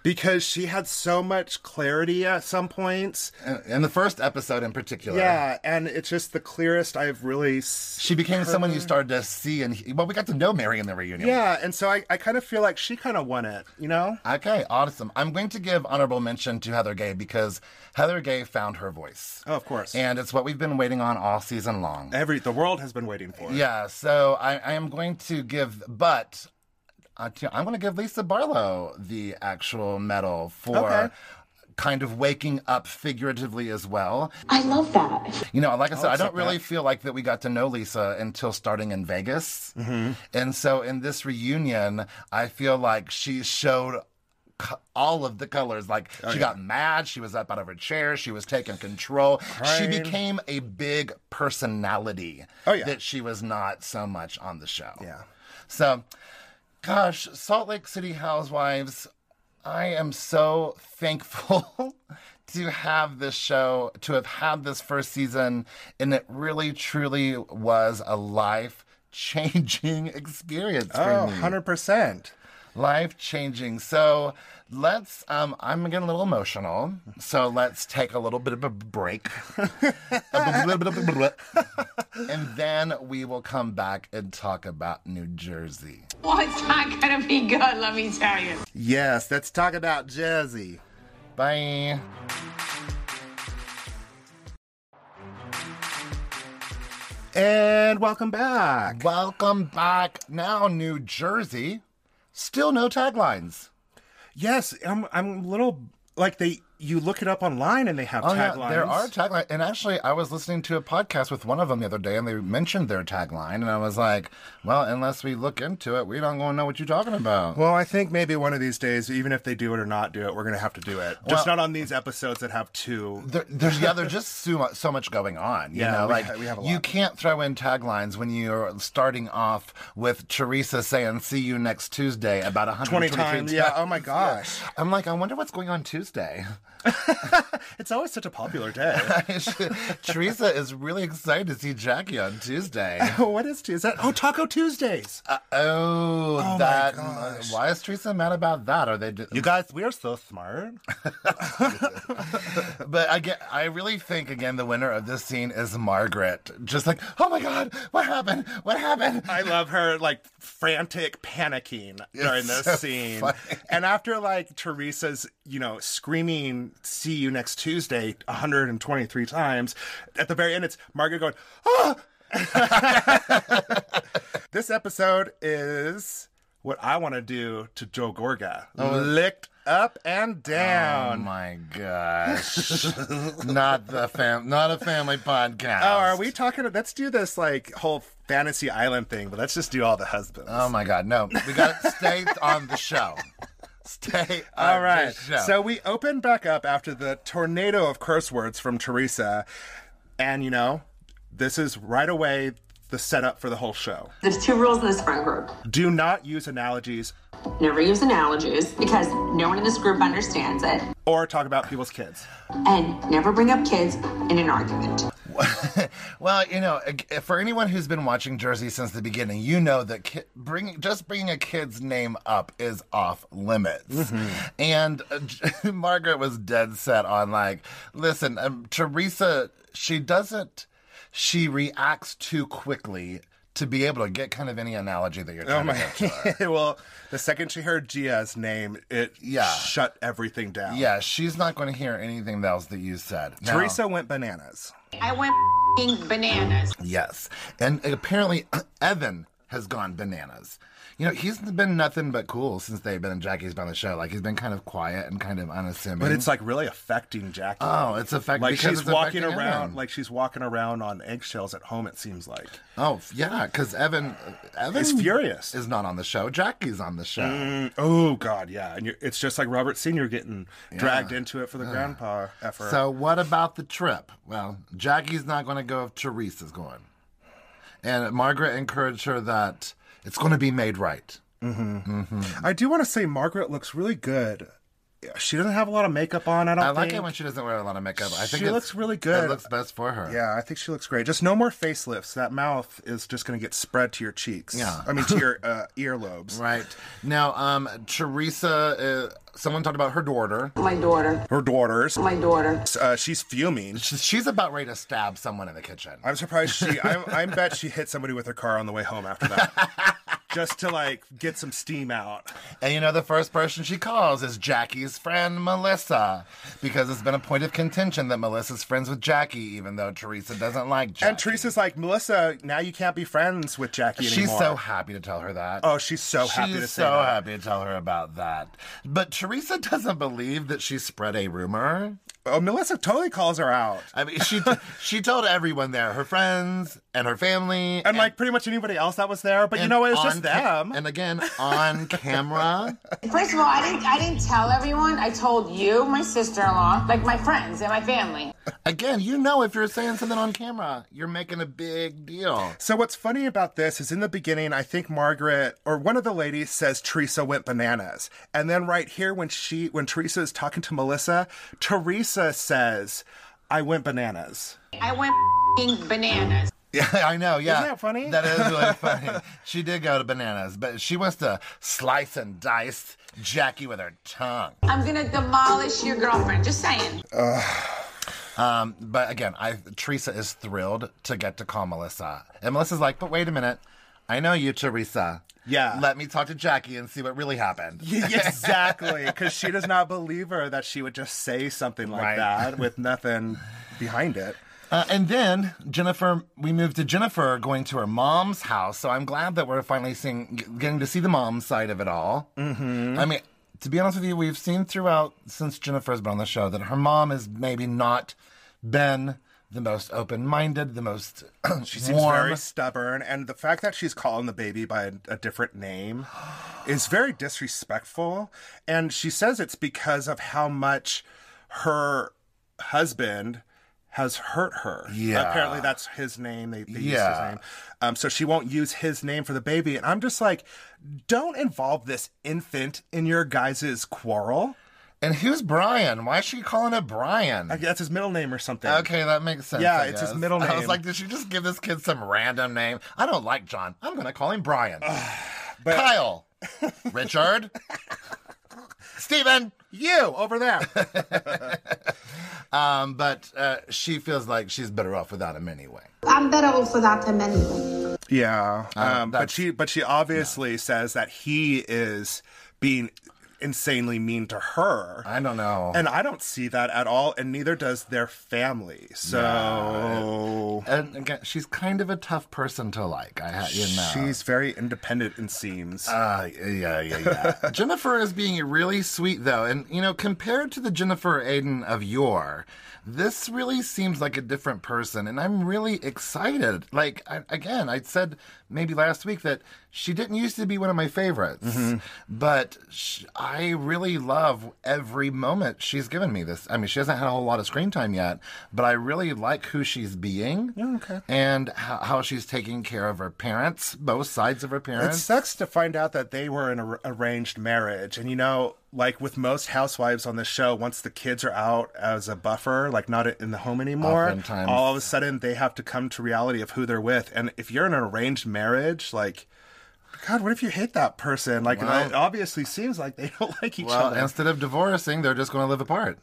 [SPEAKER 1] because she had so much clarity at some points
[SPEAKER 2] in the first episode in particular
[SPEAKER 1] yeah and it's just the clearest i've really she
[SPEAKER 2] became heard. someone you started to see and well we got to know mary in the reunion
[SPEAKER 1] yeah and so i, I kind of feel like she kind of won it you know
[SPEAKER 2] okay awesome i'm going to give honorable mention to heather gay because heather gay found her voice
[SPEAKER 1] oh of course
[SPEAKER 2] and it's what we've been waiting on all season long
[SPEAKER 1] every the world has been waiting for
[SPEAKER 2] yeah so i, I am going to give but uh, I'm going to give Lisa Barlow the actual medal for okay. kind of waking up figuratively as well.
[SPEAKER 8] I love that.
[SPEAKER 2] You know, like I said, I'll I don't really that. feel like that we got to know Lisa until starting in Vegas. Mm-hmm. And so in this reunion, I feel like she showed all of the colors. Like oh, she yeah. got mad, she was up out of her chair, she was taking control. Crying. She became a big personality
[SPEAKER 1] oh, yeah.
[SPEAKER 2] that she was not so much on the show.
[SPEAKER 1] Yeah.
[SPEAKER 2] So gosh, Salt Lake City Housewives, I am so thankful to have this show, to have had this first season, and it really, truly was a life changing experience for
[SPEAKER 1] oh,
[SPEAKER 2] me.
[SPEAKER 1] 100%.
[SPEAKER 2] Life changing. So let's, um, I'm getting a little emotional. So let's take a little bit of a break. and then we will come back and talk about New Jersey.
[SPEAKER 3] Well, it's not going to be good, let me tell you.
[SPEAKER 2] Yes, let's talk about Jersey. Bye.
[SPEAKER 1] And welcome back.
[SPEAKER 2] Welcome back. Now, New Jersey, still no taglines.
[SPEAKER 1] Yes, I'm, I'm a little like they you look it up online and they have
[SPEAKER 2] oh,
[SPEAKER 1] taglines.
[SPEAKER 2] Yeah, there are taglines. And actually, I was listening to a podcast with one of them the other day and they mentioned their tagline. And I was like, well, unless we look into it, we don't going to know what you're talking about.
[SPEAKER 1] Well, I think maybe one of these days, even if they do it or not do it, we're going to have to do it. Well, just not on these episodes that have two.
[SPEAKER 2] There, there's, yeah, there's just so much, so much going on. You
[SPEAKER 1] yeah,
[SPEAKER 2] know,
[SPEAKER 1] we,
[SPEAKER 2] like
[SPEAKER 1] we have a lot.
[SPEAKER 2] you can't throw in taglines when you're starting off with Teresa saying, see you next Tuesday about 120
[SPEAKER 1] times. Yeah. Oh my gosh.
[SPEAKER 2] Yeah. I'm like, I wonder what's going on Tuesday.
[SPEAKER 1] it's always such a popular day.
[SPEAKER 2] Teresa is really excited to see Jackie on Tuesday.
[SPEAKER 1] Oh, what is Tuesday? Oh, Taco Tuesdays.
[SPEAKER 2] Uh, oh, oh, that. Why is Teresa mad about that? Are they? Just...
[SPEAKER 1] You guys, we are so smart.
[SPEAKER 2] but I get. I really think again the winner of this scene is Margaret. Just like, oh my God, what happened? What happened?
[SPEAKER 1] I love her like frantic panicking during it's this so scene, funny. and after like Teresa's, you know, screaming see you next Tuesday 123 times. At the very end, it's Margaret going, ah! this episode is what I want to do to Joe Gorga.
[SPEAKER 2] Oh.
[SPEAKER 1] Licked up and down.
[SPEAKER 2] Oh my gosh. not the fam not a family podcast.
[SPEAKER 1] Oh, are we talking let's do this like whole fantasy island thing, but let's just do all the husbands.
[SPEAKER 2] Oh my god, no. We gotta stay on the show. Stay.
[SPEAKER 1] All right. So we open back up after the tornado of curse words from Teresa. And, you know, this is right away the setup for the whole show.
[SPEAKER 15] There's two rules in this friend group.
[SPEAKER 1] Do not use analogies.
[SPEAKER 15] Never use analogies because no one in this group understands it.
[SPEAKER 1] Or talk about people's kids.
[SPEAKER 15] And never bring up kids in an argument.
[SPEAKER 2] well, you know, for anyone who's been watching Jersey since the beginning, you know that ki- bring, just bringing a kid's name up is off limits. Mm-hmm. And uh, Margaret was dead set on, like, listen, um, Teresa, she doesn't, she reacts too quickly to be able to get kind of any analogy that you're trying oh my.
[SPEAKER 1] to well, the second she heard Gia's name, it yeah. shut everything down.
[SPEAKER 2] Yeah, she's not going to hear anything else that you said.
[SPEAKER 1] Now, Teresa went bananas.
[SPEAKER 3] I went bananas.
[SPEAKER 2] Yes. And apparently Evan has gone bananas. You know, he's been nothing but cool since they've been Jackie's been on the show. Like he's been kind of quiet and kind of unassuming.
[SPEAKER 1] But it's like really affecting Jackie.
[SPEAKER 2] Oh, it's affecting.
[SPEAKER 1] Like she's walking
[SPEAKER 2] around.
[SPEAKER 1] Evan. Like she's walking around on eggshells at home. It seems like.
[SPEAKER 2] Oh yeah, because Evan, Evan
[SPEAKER 1] is furious.
[SPEAKER 2] Is not on the show. Jackie's on the show. Mm,
[SPEAKER 1] oh God, yeah, and it's just like Robert Senior getting yeah. dragged into it for the yeah. grandpa effort.
[SPEAKER 2] So what about the trip? Well, Jackie's not going to go if Teresa's going, and Margaret encouraged her that it's going to be made right.
[SPEAKER 1] Mm-hmm. Mm-hmm. I do want to say Margaret looks really good. She doesn't have a lot of makeup on. I don't. I
[SPEAKER 2] like
[SPEAKER 1] think.
[SPEAKER 2] it when she doesn't wear a lot of makeup. I think
[SPEAKER 1] she looks really good.
[SPEAKER 2] It looks best for her.
[SPEAKER 1] Yeah, I think she looks great. Just no more facelifts. That mouth is just going to get spread to your cheeks.
[SPEAKER 2] Yeah,
[SPEAKER 1] I mean to your uh, earlobes.
[SPEAKER 2] Right now, um, Teresa. Uh, someone talked about her daughter.
[SPEAKER 15] My daughter.
[SPEAKER 1] Her daughters.
[SPEAKER 15] My daughter.
[SPEAKER 1] Uh, she's fuming.
[SPEAKER 2] She's about ready to stab someone in the kitchen.
[SPEAKER 1] I'm surprised she. I'm, I bet she hit somebody with her car on the way home after that. just to like get some steam out.
[SPEAKER 2] And you know, the first person she calls is Jackie's friend Melissa, because it's been a point of contention that Melissa's friends with Jackie, even though Teresa doesn't like Jackie.
[SPEAKER 1] And Teresa's like, Melissa, now you can't be friends with Jackie
[SPEAKER 2] she's
[SPEAKER 1] anymore.
[SPEAKER 2] She's so happy to tell her that.
[SPEAKER 1] Oh, she's so happy
[SPEAKER 2] she's
[SPEAKER 1] to
[SPEAKER 2] so that. happy to tell her about that. But Teresa doesn't believe that she spread a rumor.
[SPEAKER 1] Oh, Melissa totally calls her out.
[SPEAKER 2] I mean, she t- she told everyone there, her friends and her family,
[SPEAKER 1] and, and like pretty much anybody else that was there. But you know, it was just ca- them.
[SPEAKER 2] and again, on camera.
[SPEAKER 15] First of all, I didn't I didn't tell everyone. I told you, my sister-in-law, like my friends and my family.
[SPEAKER 2] Again, you know, if you're saying something on camera, you're making a big deal.
[SPEAKER 1] So what's funny about this is in the beginning, I think Margaret or one of the ladies says Teresa went bananas, and then right here when she when Teresa is talking to Melissa, Teresa. Lisa says, I went bananas.
[SPEAKER 3] I went bananas.
[SPEAKER 2] Yeah, I know. Yeah,
[SPEAKER 1] isn't that funny?
[SPEAKER 2] That is really funny. She did go to bananas, but she wants to slice and dice Jackie with her tongue.
[SPEAKER 3] I'm gonna demolish your girlfriend. Just saying.
[SPEAKER 1] Uh,
[SPEAKER 2] um, but again, I Teresa is thrilled to get to call Melissa, and Melissa's like, "But wait a minute, I know you, Teresa.
[SPEAKER 1] Yeah.
[SPEAKER 2] Let me talk to Jackie and see what really happened.
[SPEAKER 1] Yeah, exactly. Because she does not believe her that she would just say something like right. that with nothing behind it.
[SPEAKER 2] Uh, and then Jennifer, we moved to Jennifer going to her mom's house. So I'm glad that we're finally seeing, getting to see the mom side of it all.
[SPEAKER 1] Mm-hmm.
[SPEAKER 2] I mean, to be honest with you, we've seen throughout since Jennifer's been on the show that her mom has maybe not been the most open-minded, the most
[SPEAKER 1] she seems warm. very stubborn, and the fact that she's calling the baby by a, a, different name is very disrespectful. And she says it's because of how much her husband has hurt her.
[SPEAKER 2] Yeah,
[SPEAKER 1] apparently that's his name. They, they yeah. his name. Um, so she won't use his name for the baby, and I'm just like, don't involve this infant in your guys' quarrel.
[SPEAKER 2] And who's Brian? Why is she calling it Brian?
[SPEAKER 1] That's his middle name or something.
[SPEAKER 2] Okay, that makes sense.
[SPEAKER 1] Yeah, it's his middle name. I
[SPEAKER 2] was like, did she just give this kid some random name? I don't like John. I'm going to call him Brian. Uh, but... Kyle. Richard. Stephen.
[SPEAKER 1] You over there.
[SPEAKER 2] um, but uh, she feels like she's better off without him anyway.
[SPEAKER 16] I'm better off without him anyway.
[SPEAKER 1] Yeah,
[SPEAKER 2] Uh,
[SPEAKER 1] um, um, but she but she obviously no. says that he is being insanely mean to her.
[SPEAKER 2] I don't know.
[SPEAKER 1] And I don't see that at all, and neither does their family. So.
[SPEAKER 2] Yeah. And again, she's kind of a tough person to like. I you know.
[SPEAKER 1] She's very independent, it seems.
[SPEAKER 2] Uh, yeah, yeah, yeah. Jennifer is being really sweet, though. And, you know, compared to the Jennifer Aiden of yore, this really seems like a different person. And I'm really excited. Like, I, again, I said maybe last week that she didn't used to be one of my favorites,
[SPEAKER 1] mm-hmm.
[SPEAKER 2] but she, I I really love every moment she's given me this. I mean, she hasn't had a whole lot of screen time yet, but I really like who she's being
[SPEAKER 1] yeah, okay.
[SPEAKER 2] and how, how she's taking care of her parents, both sides of her
[SPEAKER 1] It
[SPEAKER 2] parents.
[SPEAKER 1] sucks to find out that they were in an arranged marriage. And you know, like with most housewives on the show, once the kids are out as a buffer, like not in the home anymore,
[SPEAKER 2] Oftentimes.
[SPEAKER 1] all of a sudden they have to come to reality of who they're with. And if you're in an arranged marriage, like, God, what if you hate that person? Like,
[SPEAKER 2] Well-
[SPEAKER 1] it obviously seems like they don't like each
[SPEAKER 2] well,
[SPEAKER 1] other.
[SPEAKER 2] instead of divorcing, they're just going to live apart.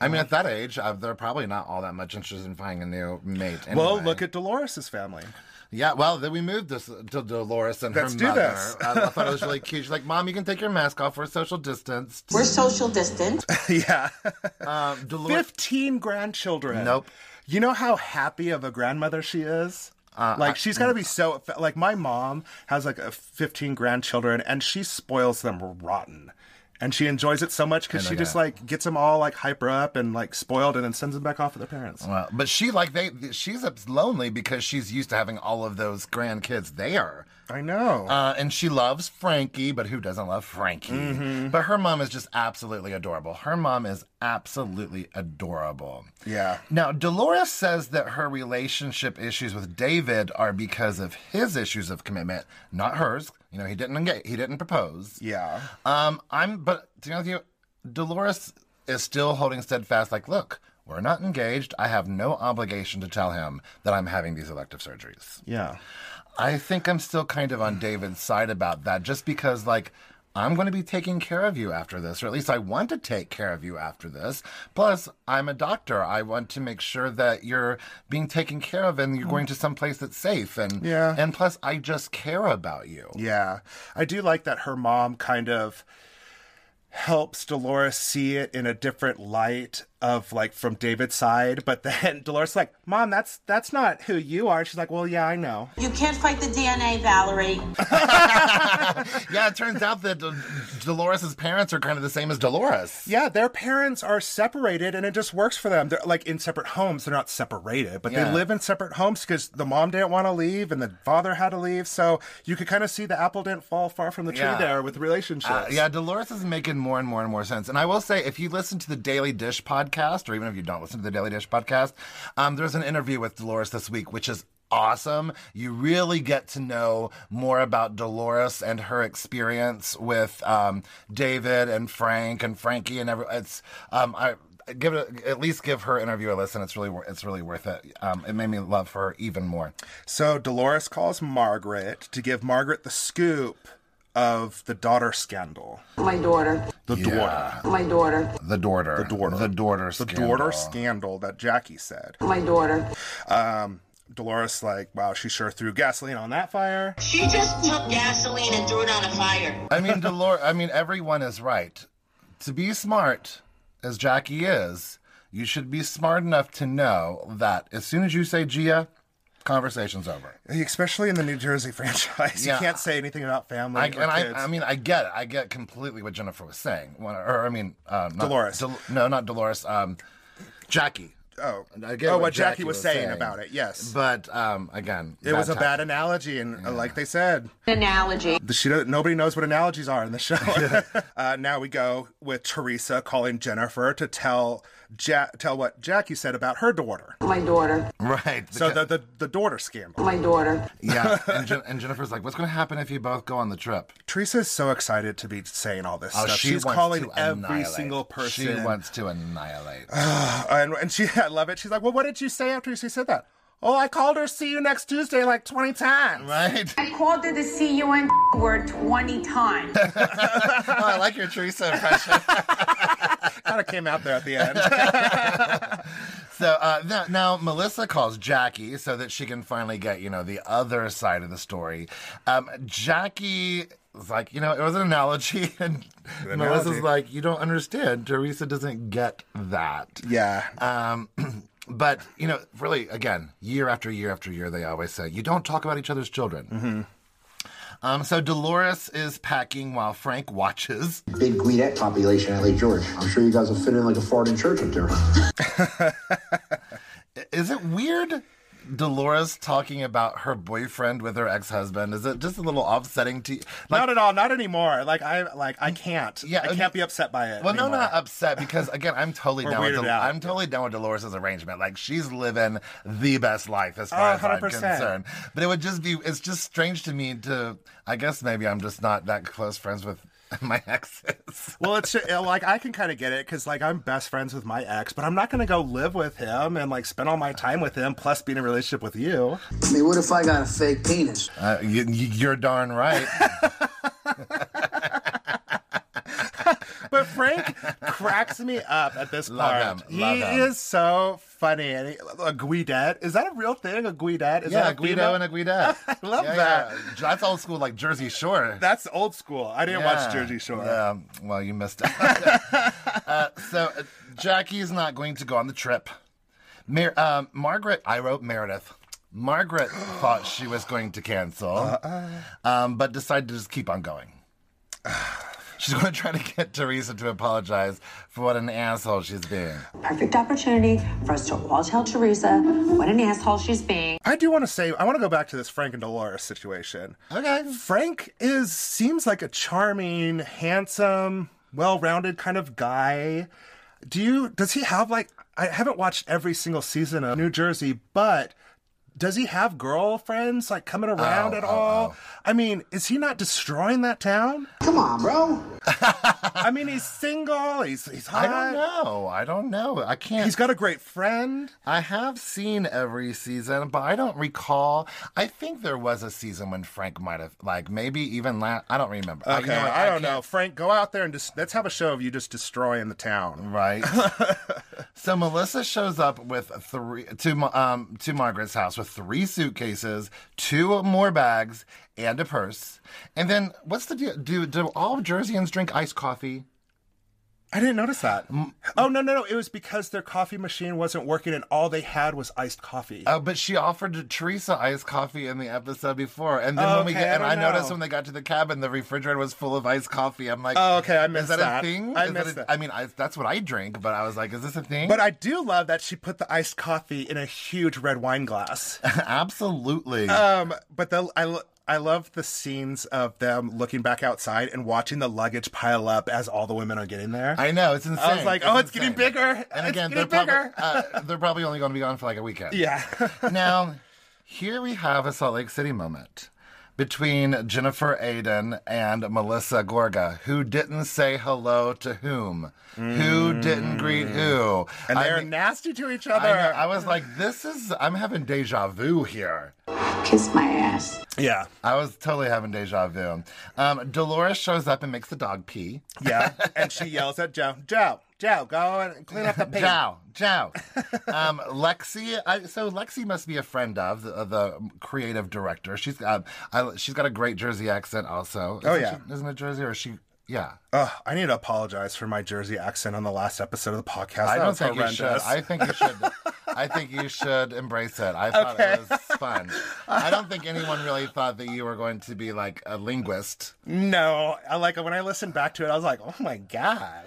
[SPEAKER 2] I mean, at that age, uh, they're probably not all that much interested in finding a new mate. Anyway.
[SPEAKER 1] Well, look at Dolores's family.
[SPEAKER 2] Yeah, well, then we moved this to Dolores and
[SPEAKER 1] Let's
[SPEAKER 2] her
[SPEAKER 1] do
[SPEAKER 2] mother.
[SPEAKER 1] this.
[SPEAKER 2] I, I thought it was really cute. She's like, "Mom, you can take your mask off. We're social distanced."
[SPEAKER 15] We're social distant.
[SPEAKER 1] yeah.
[SPEAKER 2] Um, Dolores.
[SPEAKER 1] Fifteen grandchildren.
[SPEAKER 2] Nope.
[SPEAKER 1] You know how happy of a grandmother she is.
[SPEAKER 2] Uh,
[SPEAKER 1] like
[SPEAKER 2] I-
[SPEAKER 1] she's got to be so like my mom has like a 15 grandchildren and she spoils them rotten and she enjoys it so much because
[SPEAKER 2] I
[SPEAKER 1] she
[SPEAKER 2] know
[SPEAKER 1] just
[SPEAKER 2] that.
[SPEAKER 1] like gets them all like hyper up and like spoiled and then sends them back off with their parents
[SPEAKER 2] Well, but she like they she's lonely because she's used to having all of those grandkids there.
[SPEAKER 1] i know
[SPEAKER 2] Uh, and she loves Frankie, but who doesn't love Frankie?
[SPEAKER 1] Mm-hmm.
[SPEAKER 2] But her mom is just absolutely adorable. Her mom is absolutely adorable.
[SPEAKER 1] yeah
[SPEAKER 2] Now, Dolores says that her relationship issues with David are because of his issues of commitment, not hers. You know, he didn't engage, he didn't propose.
[SPEAKER 1] yeah
[SPEAKER 2] Um, I'm, but to be honest with you, Dolores is still holding steadfast. Like, look, we're not engaged. I have no obligation to tell him that I'm having these elective surgeries.
[SPEAKER 1] yeah
[SPEAKER 2] I think I'm still kind of on David's side about that, just because, like, I'm going to be taking care of you after this, or at least I want to take care of you after this. Plus, I'm a doctor. I want to make sure that you're being taken care of and you're going to some place that's safe. And
[SPEAKER 1] Yeah.
[SPEAKER 2] and plus, I just care about you.
[SPEAKER 1] Yeah. I do like that her mom kind of helps Dolores see it in a different light of like from David's side, but then Dolores is like, "Mom, that's that's not who you are." She's like, "Well, yeah, I know."
[SPEAKER 15] You can't fight the DNA, Valerie.
[SPEAKER 2] yeah, it turns out that Dol- Dolores' parents are kind of the same as Dolores.
[SPEAKER 1] Yeah, their parents are separated and it just works for them. They're like in separate homes. They're not separated, but
[SPEAKER 2] Yeah.
[SPEAKER 1] they live in separate homes because the mom didn't want to leave and the father had to leave. So you could kind of see the apple didn't fall far from the tree
[SPEAKER 2] Yeah.
[SPEAKER 1] there with relationships.
[SPEAKER 2] Uh, yeah, Dolores is making more and more and more sense. And I will say, if you listen to the Daily Dish podcast, or even if you don't listen to the Daily Dish podcast, um, there's an interview with Dolores this week, which is awesome. You really get to know more about Dolores and her experience with um, David and Frank and Frankie and every. It's um, I. Give it at least give her interview a listen. It's really wor- it's really worth it. Um, it made me love her even more.
[SPEAKER 1] So Dolores calls Margaret to give Margaret the scoop of the daughter scandal.
[SPEAKER 15] My daughter.
[SPEAKER 1] The
[SPEAKER 2] Yeah.
[SPEAKER 15] My daughter.
[SPEAKER 2] The daughter, the
[SPEAKER 1] daughter,
[SPEAKER 2] the daughter,
[SPEAKER 1] the
[SPEAKER 2] scandal.
[SPEAKER 1] daughter scandal that Jackie said.
[SPEAKER 15] My daughter.
[SPEAKER 1] Um, Dolores, like, wow, she sure threw gasoline on that fire.
[SPEAKER 17] She just took gasoline and threw it on a fire.
[SPEAKER 2] I mean, Dolores. I mean, everyone is right. To be smart, as Jackie is, you should be smart enough to know that as soon as you say Gia, conversation's over.
[SPEAKER 1] Especially in the New Jersey franchise,
[SPEAKER 2] Yeah.
[SPEAKER 1] you can't say anything about family
[SPEAKER 2] I,
[SPEAKER 1] or
[SPEAKER 2] and I,
[SPEAKER 1] kids.
[SPEAKER 2] I mean, I get it. I get completely what Jennifer was saying. When- Or I mean, um, not,
[SPEAKER 1] Dolores.
[SPEAKER 2] Del- no, not Dolores. Um, Jackie.
[SPEAKER 1] oh,
[SPEAKER 2] I get
[SPEAKER 1] oh, what, Jackie, was, saying, about it. Yes,
[SPEAKER 2] But um, again,
[SPEAKER 1] it was a
[SPEAKER 2] time.
[SPEAKER 1] bad analogy, and uh, like they said,
[SPEAKER 15] Analogy.
[SPEAKER 1] The- She doesn't, nobody knows what analogies are in the show. uh, now we go with Teresa calling Jennifer to tell ja- tell what Jackie said about her daughter.
[SPEAKER 15] My daughter.
[SPEAKER 2] Right.
[SPEAKER 1] So the the, the daughter scandal.
[SPEAKER 15] My daughter.
[SPEAKER 2] yeah, and, Jen- and Jennifer's like, "What's going to happen if you both go on the trip?"
[SPEAKER 1] Teresa is so excited to be saying all this
[SPEAKER 2] Oh,
[SPEAKER 1] stuff.
[SPEAKER 2] she
[SPEAKER 1] She's
[SPEAKER 2] wants
[SPEAKER 1] calling
[SPEAKER 2] to
[SPEAKER 1] every
[SPEAKER 2] annihilate.
[SPEAKER 1] single person.
[SPEAKER 2] She wants to annihilate.
[SPEAKER 1] and, and she, I love it. She's like, "Well, what did you say after she said that?" Oh, I called her. See you next Tuesday, like twenty times.
[SPEAKER 2] right?
[SPEAKER 15] I called her the C-U-N word 20 times.
[SPEAKER 2] Oh, I like your Teresa impression.
[SPEAKER 1] kind of came out there at the end.
[SPEAKER 2] so uh, now, now Melissa calls Jackie so that she can finally get you know the other side of the story. Um, Jackie was like, you know, it was an analogy, and
[SPEAKER 1] An analogy.
[SPEAKER 2] Melissa's like, you don't understand. Teresa doesn't get that.
[SPEAKER 1] yeah,
[SPEAKER 2] Um, but you know, really, again, year after year after year, they always say you don't talk about each other's children. Um, so Dolores is packing while Frank watches.
[SPEAKER 13] Big Guidette population at Lake George. I'm sure you guys will fit in like a fart in church up there.
[SPEAKER 2] Is it weird Dolores talking about her boyfriend with her ex husband? Is it just a little offsetting to you?
[SPEAKER 1] Like, not at all. Not anymore. Like I like I can't. Yeah, I can't be upset by it.
[SPEAKER 2] Well,
[SPEAKER 1] anymore.
[SPEAKER 2] no, not upset because again, I'm totally
[SPEAKER 1] We're
[SPEAKER 2] down. With
[SPEAKER 1] weirded
[SPEAKER 2] Dol-
[SPEAKER 1] out,
[SPEAKER 2] I'm totally down with Dolores's arrangement. Like she's living the best life as far
[SPEAKER 1] Oh,
[SPEAKER 2] as I'm
[SPEAKER 1] 100%.
[SPEAKER 2] concerned. But it would just be. It's just strange to me to. I guess maybe I'm just not that close friends with my exes.
[SPEAKER 1] well, it's uh, like I can kind of get it because like I'm best friends with my ex, but I'm not gonna go live with him and like spend all my time with him. Plus, be in a relationship with you.
[SPEAKER 18] I mean, what if I got a fake penis?
[SPEAKER 2] Uh, you, you're darn right.
[SPEAKER 1] But Frank cracks me up at this
[SPEAKER 2] Love
[SPEAKER 1] part.
[SPEAKER 2] him, love
[SPEAKER 1] he
[SPEAKER 2] him.
[SPEAKER 1] is so funny. And he, uh, a Guidette is that a real thing? A Guidette? Is
[SPEAKER 2] yeah,
[SPEAKER 1] that a
[SPEAKER 2] Guido
[SPEAKER 1] female?
[SPEAKER 2] and a Guidette.
[SPEAKER 1] I love
[SPEAKER 2] Yeah,
[SPEAKER 1] that.
[SPEAKER 2] yeah. That's old school, like Jersey Shore.
[SPEAKER 1] That's old school. I didn't watch Jersey Shore.
[SPEAKER 2] Yeah, well, you missed it. uh, so uh, Jackie is not going to go on the trip. Mar- um, Margaret, I wrote Meredith. Margaret thought she was going to cancel, um, but decided to just keep on going. She's going to try to get Teresa to apologize for what an asshole she's being.
[SPEAKER 19] Perfect opportunity for us to all tell Teresa what an asshole she's being.
[SPEAKER 1] I do want to say I want to go back to this Frank and Dolores situation.
[SPEAKER 2] Okay.
[SPEAKER 1] Frank is seems like a charming, handsome, well-rounded kind of guy. Do you does he have like I haven't watched every single season of New Jersey, but does he have girlfriends like coming around
[SPEAKER 2] Oh,
[SPEAKER 1] at
[SPEAKER 2] oh,
[SPEAKER 1] all? I mean, is he not destroying that town?
[SPEAKER 18] Come on, bro.
[SPEAKER 1] I mean, he's single. He's he's hot.
[SPEAKER 2] I don't know. I don't know. I can't.
[SPEAKER 1] Uh, He's got a great friend.
[SPEAKER 2] I have seen every season, but I don't recall. I think there was a season when Frank might have, like, maybe even last. I don't remember.
[SPEAKER 1] Okay,
[SPEAKER 2] you know what?
[SPEAKER 1] I, don't
[SPEAKER 2] can't-
[SPEAKER 1] know. Frank, go out there and just let's have a show of you just destroying the town.
[SPEAKER 2] Right. so Melissa shows up with three to Ma- um to Margaret's house with three suitcases, two more bags, and a purse. And then what's the deal? Do do all Jerseyans drink iced coffee?
[SPEAKER 1] I didn't notice that. Oh no, no, no! It was because their coffee machine wasn't working, and all they had was iced coffee.
[SPEAKER 2] Uh, but she offered to Teresa iced coffee in the episode before, and then when we
[SPEAKER 1] Okay,
[SPEAKER 2] get,
[SPEAKER 1] I
[SPEAKER 2] and
[SPEAKER 1] don't
[SPEAKER 2] I noticed
[SPEAKER 1] know.
[SPEAKER 2] when they got to the cabin, the refrigerator was full of iced coffee. I'm like,
[SPEAKER 1] Oh, okay, I
[SPEAKER 2] is
[SPEAKER 1] missed
[SPEAKER 2] that,
[SPEAKER 1] that.
[SPEAKER 2] a thing?
[SPEAKER 1] I
[SPEAKER 2] Is
[SPEAKER 1] missed
[SPEAKER 2] a-
[SPEAKER 1] that.
[SPEAKER 2] I mean, I, that's what I drink, but I was like, is this a thing?
[SPEAKER 1] but I do love that she put the iced coffee in a huge red wine glass.
[SPEAKER 2] absolutely.
[SPEAKER 1] um, but the I. lo- I love the scenes of them looking back outside and watching the luggage pile up as all the women are getting there.
[SPEAKER 2] I know it's insane.
[SPEAKER 1] I was like,
[SPEAKER 2] It's
[SPEAKER 1] oh, it's getting
[SPEAKER 2] insane.
[SPEAKER 1] bigger.
[SPEAKER 2] And
[SPEAKER 1] It's
[SPEAKER 2] again, they're
[SPEAKER 1] getting
[SPEAKER 2] probably,
[SPEAKER 1] bigger.
[SPEAKER 2] uh, they're probably only going to be on for like a weekend.
[SPEAKER 1] yeah.
[SPEAKER 2] now, here we have a Salt Lake City moment between Jennifer Aiden and Melissa Gorga, who didn't say hello to whom, who didn't greet who,
[SPEAKER 1] Mm. And
[SPEAKER 2] I
[SPEAKER 1] they're
[SPEAKER 2] mean,
[SPEAKER 1] nasty to each
[SPEAKER 2] I,
[SPEAKER 1] other.
[SPEAKER 2] know, I was like, this is, I'm having deja vu here.
[SPEAKER 3] Kiss my ass.
[SPEAKER 1] yeah.
[SPEAKER 2] I was totally having deja vu. Um, Dolores shows up and makes the dog pee.
[SPEAKER 1] Yeah. and she yells at Joe, Joe, Joe, go and clean up the pee.
[SPEAKER 2] Jow, Jow. um, Lexi, I, so Lexi must be a friend of the, the creative director. She's got, I, she's got a great Jersey accent, also.
[SPEAKER 1] Oh,
[SPEAKER 2] Isn't
[SPEAKER 1] yeah.
[SPEAKER 2] she- isn't it Jersey or is she? Yeah,
[SPEAKER 1] Ugh, I need to apologize for my Jersey accent on the last episode of the podcast. That
[SPEAKER 2] I don't
[SPEAKER 1] was
[SPEAKER 2] think you should.
[SPEAKER 1] horrendous.
[SPEAKER 2] I think you should. I think you should embrace it. I thought
[SPEAKER 1] Okay.
[SPEAKER 2] it was fun. I don't think anyone really thought that you were going to be like a linguist.
[SPEAKER 1] No, I like when I listened back to it, I was like, oh my god.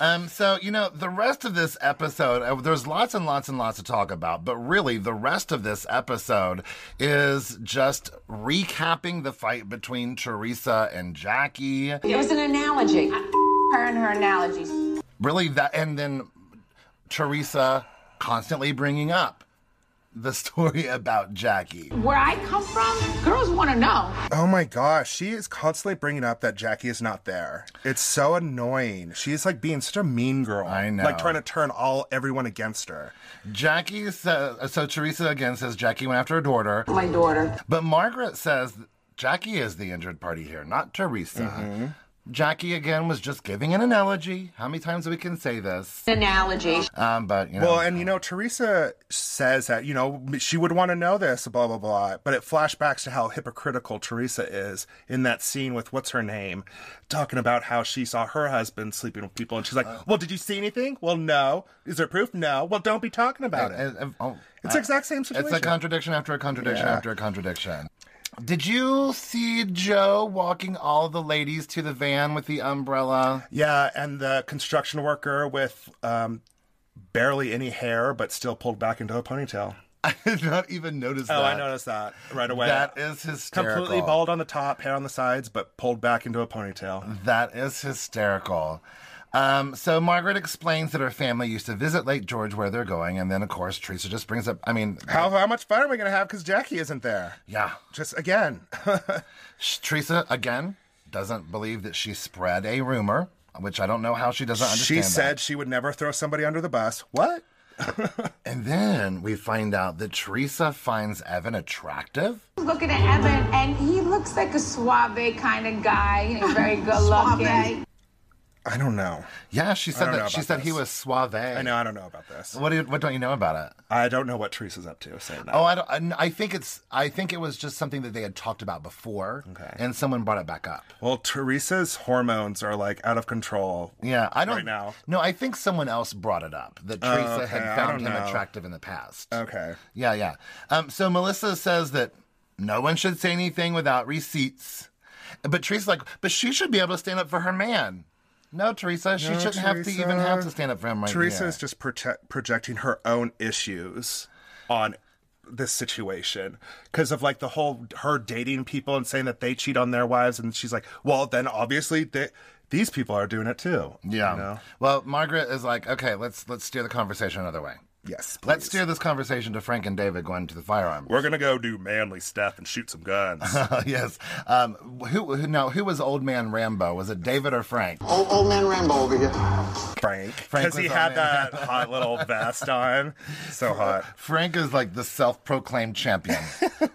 [SPEAKER 2] Um, so you know the rest of this episode, uh, there's lots and lots and lots to talk about, but really the rest of this episode is just recapping the fight between Teresa and Jackie.
[SPEAKER 15] It was an analogy.
[SPEAKER 3] I her and her analogies.
[SPEAKER 2] Really, that and then Teresa constantly bringing up the story about Jackie.
[SPEAKER 3] Where I come from, girls want to know.
[SPEAKER 1] oh my gosh, she is constantly bringing up that Jackie is not there. It's so annoying. She is like being such a mean girl.
[SPEAKER 2] I know.
[SPEAKER 1] like trying to turn all everyone against her.
[SPEAKER 2] Jackie says, so Teresa again says Jackie went after her daughter.
[SPEAKER 15] My daughter.
[SPEAKER 2] But Margaret says Jackie is the injured party here, not Teresa. Jackie again was just giving an analogy. How many times we can say this?
[SPEAKER 15] Analogy.
[SPEAKER 2] Um, but you know,
[SPEAKER 1] Well, and you know, Teresa says that, you know, she would want to know this, blah, blah, blah. But it flashbacks to how hypocritical Teresa is in that scene with what's her name, talking about how she saw her husband sleeping with people. And she's like,
[SPEAKER 2] Uh.
[SPEAKER 1] well, did you see anything? Well, no. Is there proof? No. Well, don't be talking about it.
[SPEAKER 2] and- and- oh,
[SPEAKER 1] It's
[SPEAKER 2] uh,
[SPEAKER 1] the exact same
[SPEAKER 2] It's
[SPEAKER 1] situation.
[SPEAKER 2] a contradiction after a contradiction
[SPEAKER 1] Yeah.
[SPEAKER 2] after a contradiction. Did you see Joe walking all the ladies to the van with the umbrella?
[SPEAKER 1] yeah. And the construction worker with um, barely any hair, but still pulled back into a ponytail.
[SPEAKER 2] I did not even notice
[SPEAKER 1] oh,
[SPEAKER 2] that.
[SPEAKER 1] I noticed that right away.
[SPEAKER 2] That is hysterical.
[SPEAKER 1] Completely bald on the top, hair on the sides, but pulled back into a ponytail.
[SPEAKER 2] That is hysterical. Um, so Margaret explains that her family used to visit Lake George where they're going, and then of course Teresa just brings up. I mean,
[SPEAKER 1] how how much fun are we gonna have because Jackie isn't there?
[SPEAKER 2] Yeah,
[SPEAKER 1] just again.
[SPEAKER 2] Teresa again doesn't believe that she spread a rumor, which I don't know how she doesn't understand.
[SPEAKER 1] She said
[SPEAKER 2] that.
[SPEAKER 1] she would never throw somebody under the bus. What?
[SPEAKER 2] and then we find out that Teresa finds Evan attractive.
[SPEAKER 15] Looking at Evan, and he looks like a suave kind of guy. You know, he's very good looking.
[SPEAKER 1] I don't know.
[SPEAKER 2] Yeah, she said that. She said
[SPEAKER 1] this.
[SPEAKER 2] he was suave.
[SPEAKER 1] I know. I don't know about this.
[SPEAKER 2] What do you, what don't you know about it?
[SPEAKER 1] I don't know what Teresa's up to saying that.
[SPEAKER 2] Oh, I don't. I, I think it's. I think it was just something that they had talked about before, okay. and someone brought it back up.
[SPEAKER 1] Well, Teresa's hormones are like out of control.
[SPEAKER 2] Yeah, I don't
[SPEAKER 1] right now.
[SPEAKER 2] No, I think someone else brought it up that
[SPEAKER 1] Oh,
[SPEAKER 2] Teresa
[SPEAKER 1] okay, I
[SPEAKER 2] had found
[SPEAKER 1] don't
[SPEAKER 2] him
[SPEAKER 1] know.
[SPEAKER 2] attractive in the past.
[SPEAKER 1] Okay.
[SPEAKER 2] Yeah, yeah. Um, so Melissa says that no one should say anything without receipts, but Teresa's like, but she should be able to stand up for her man. No, Teresa, she
[SPEAKER 1] No,
[SPEAKER 2] shouldn't have to
[SPEAKER 1] Teresa.
[SPEAKER 2] even have to stand up for him right
[SPEAKER 1] Teresa
[SPEAKER 2] here.
[SPEAKER 1] is just prote- projecting her own issues on this situation because of like the whole her dating people and saying that they cheat on their wives, and she's like, well, then obviously they, these people are doing it too.
[SPEAKER 2] Yeah.
[SPEAKER 1] you know?
[SPEAKER 2] Well, Margaret is like, okay, let's let's steer the conversation another way.
[SPEAKER 1] Yes.
[SPEAKER 2] Let's
[SPEAKER 1] please.
[SPEAKER 2] steer this conversation to Frank and David going to the firearm.
[SPEAKER 1] We're gonna go do manly stuff and shoot some guns.
[SPEAKER 2] yes. Um, who, who now? Who was old man Rambo? Was it David or Frank?
[SPEAKER 13] Old, old man Rambo over here.
[SPEAKER 1] Frank,
[SPEAKER 2] Frank
[SPEAKER 1] because he
[SPEAKER 2] was
[SPEAKER 1] had
[SPEAKER 2] on
[SPEAKER 1] that hot little vest on, so hot.
[SPEAKER 2] Frank is like the self-proclaimed champion.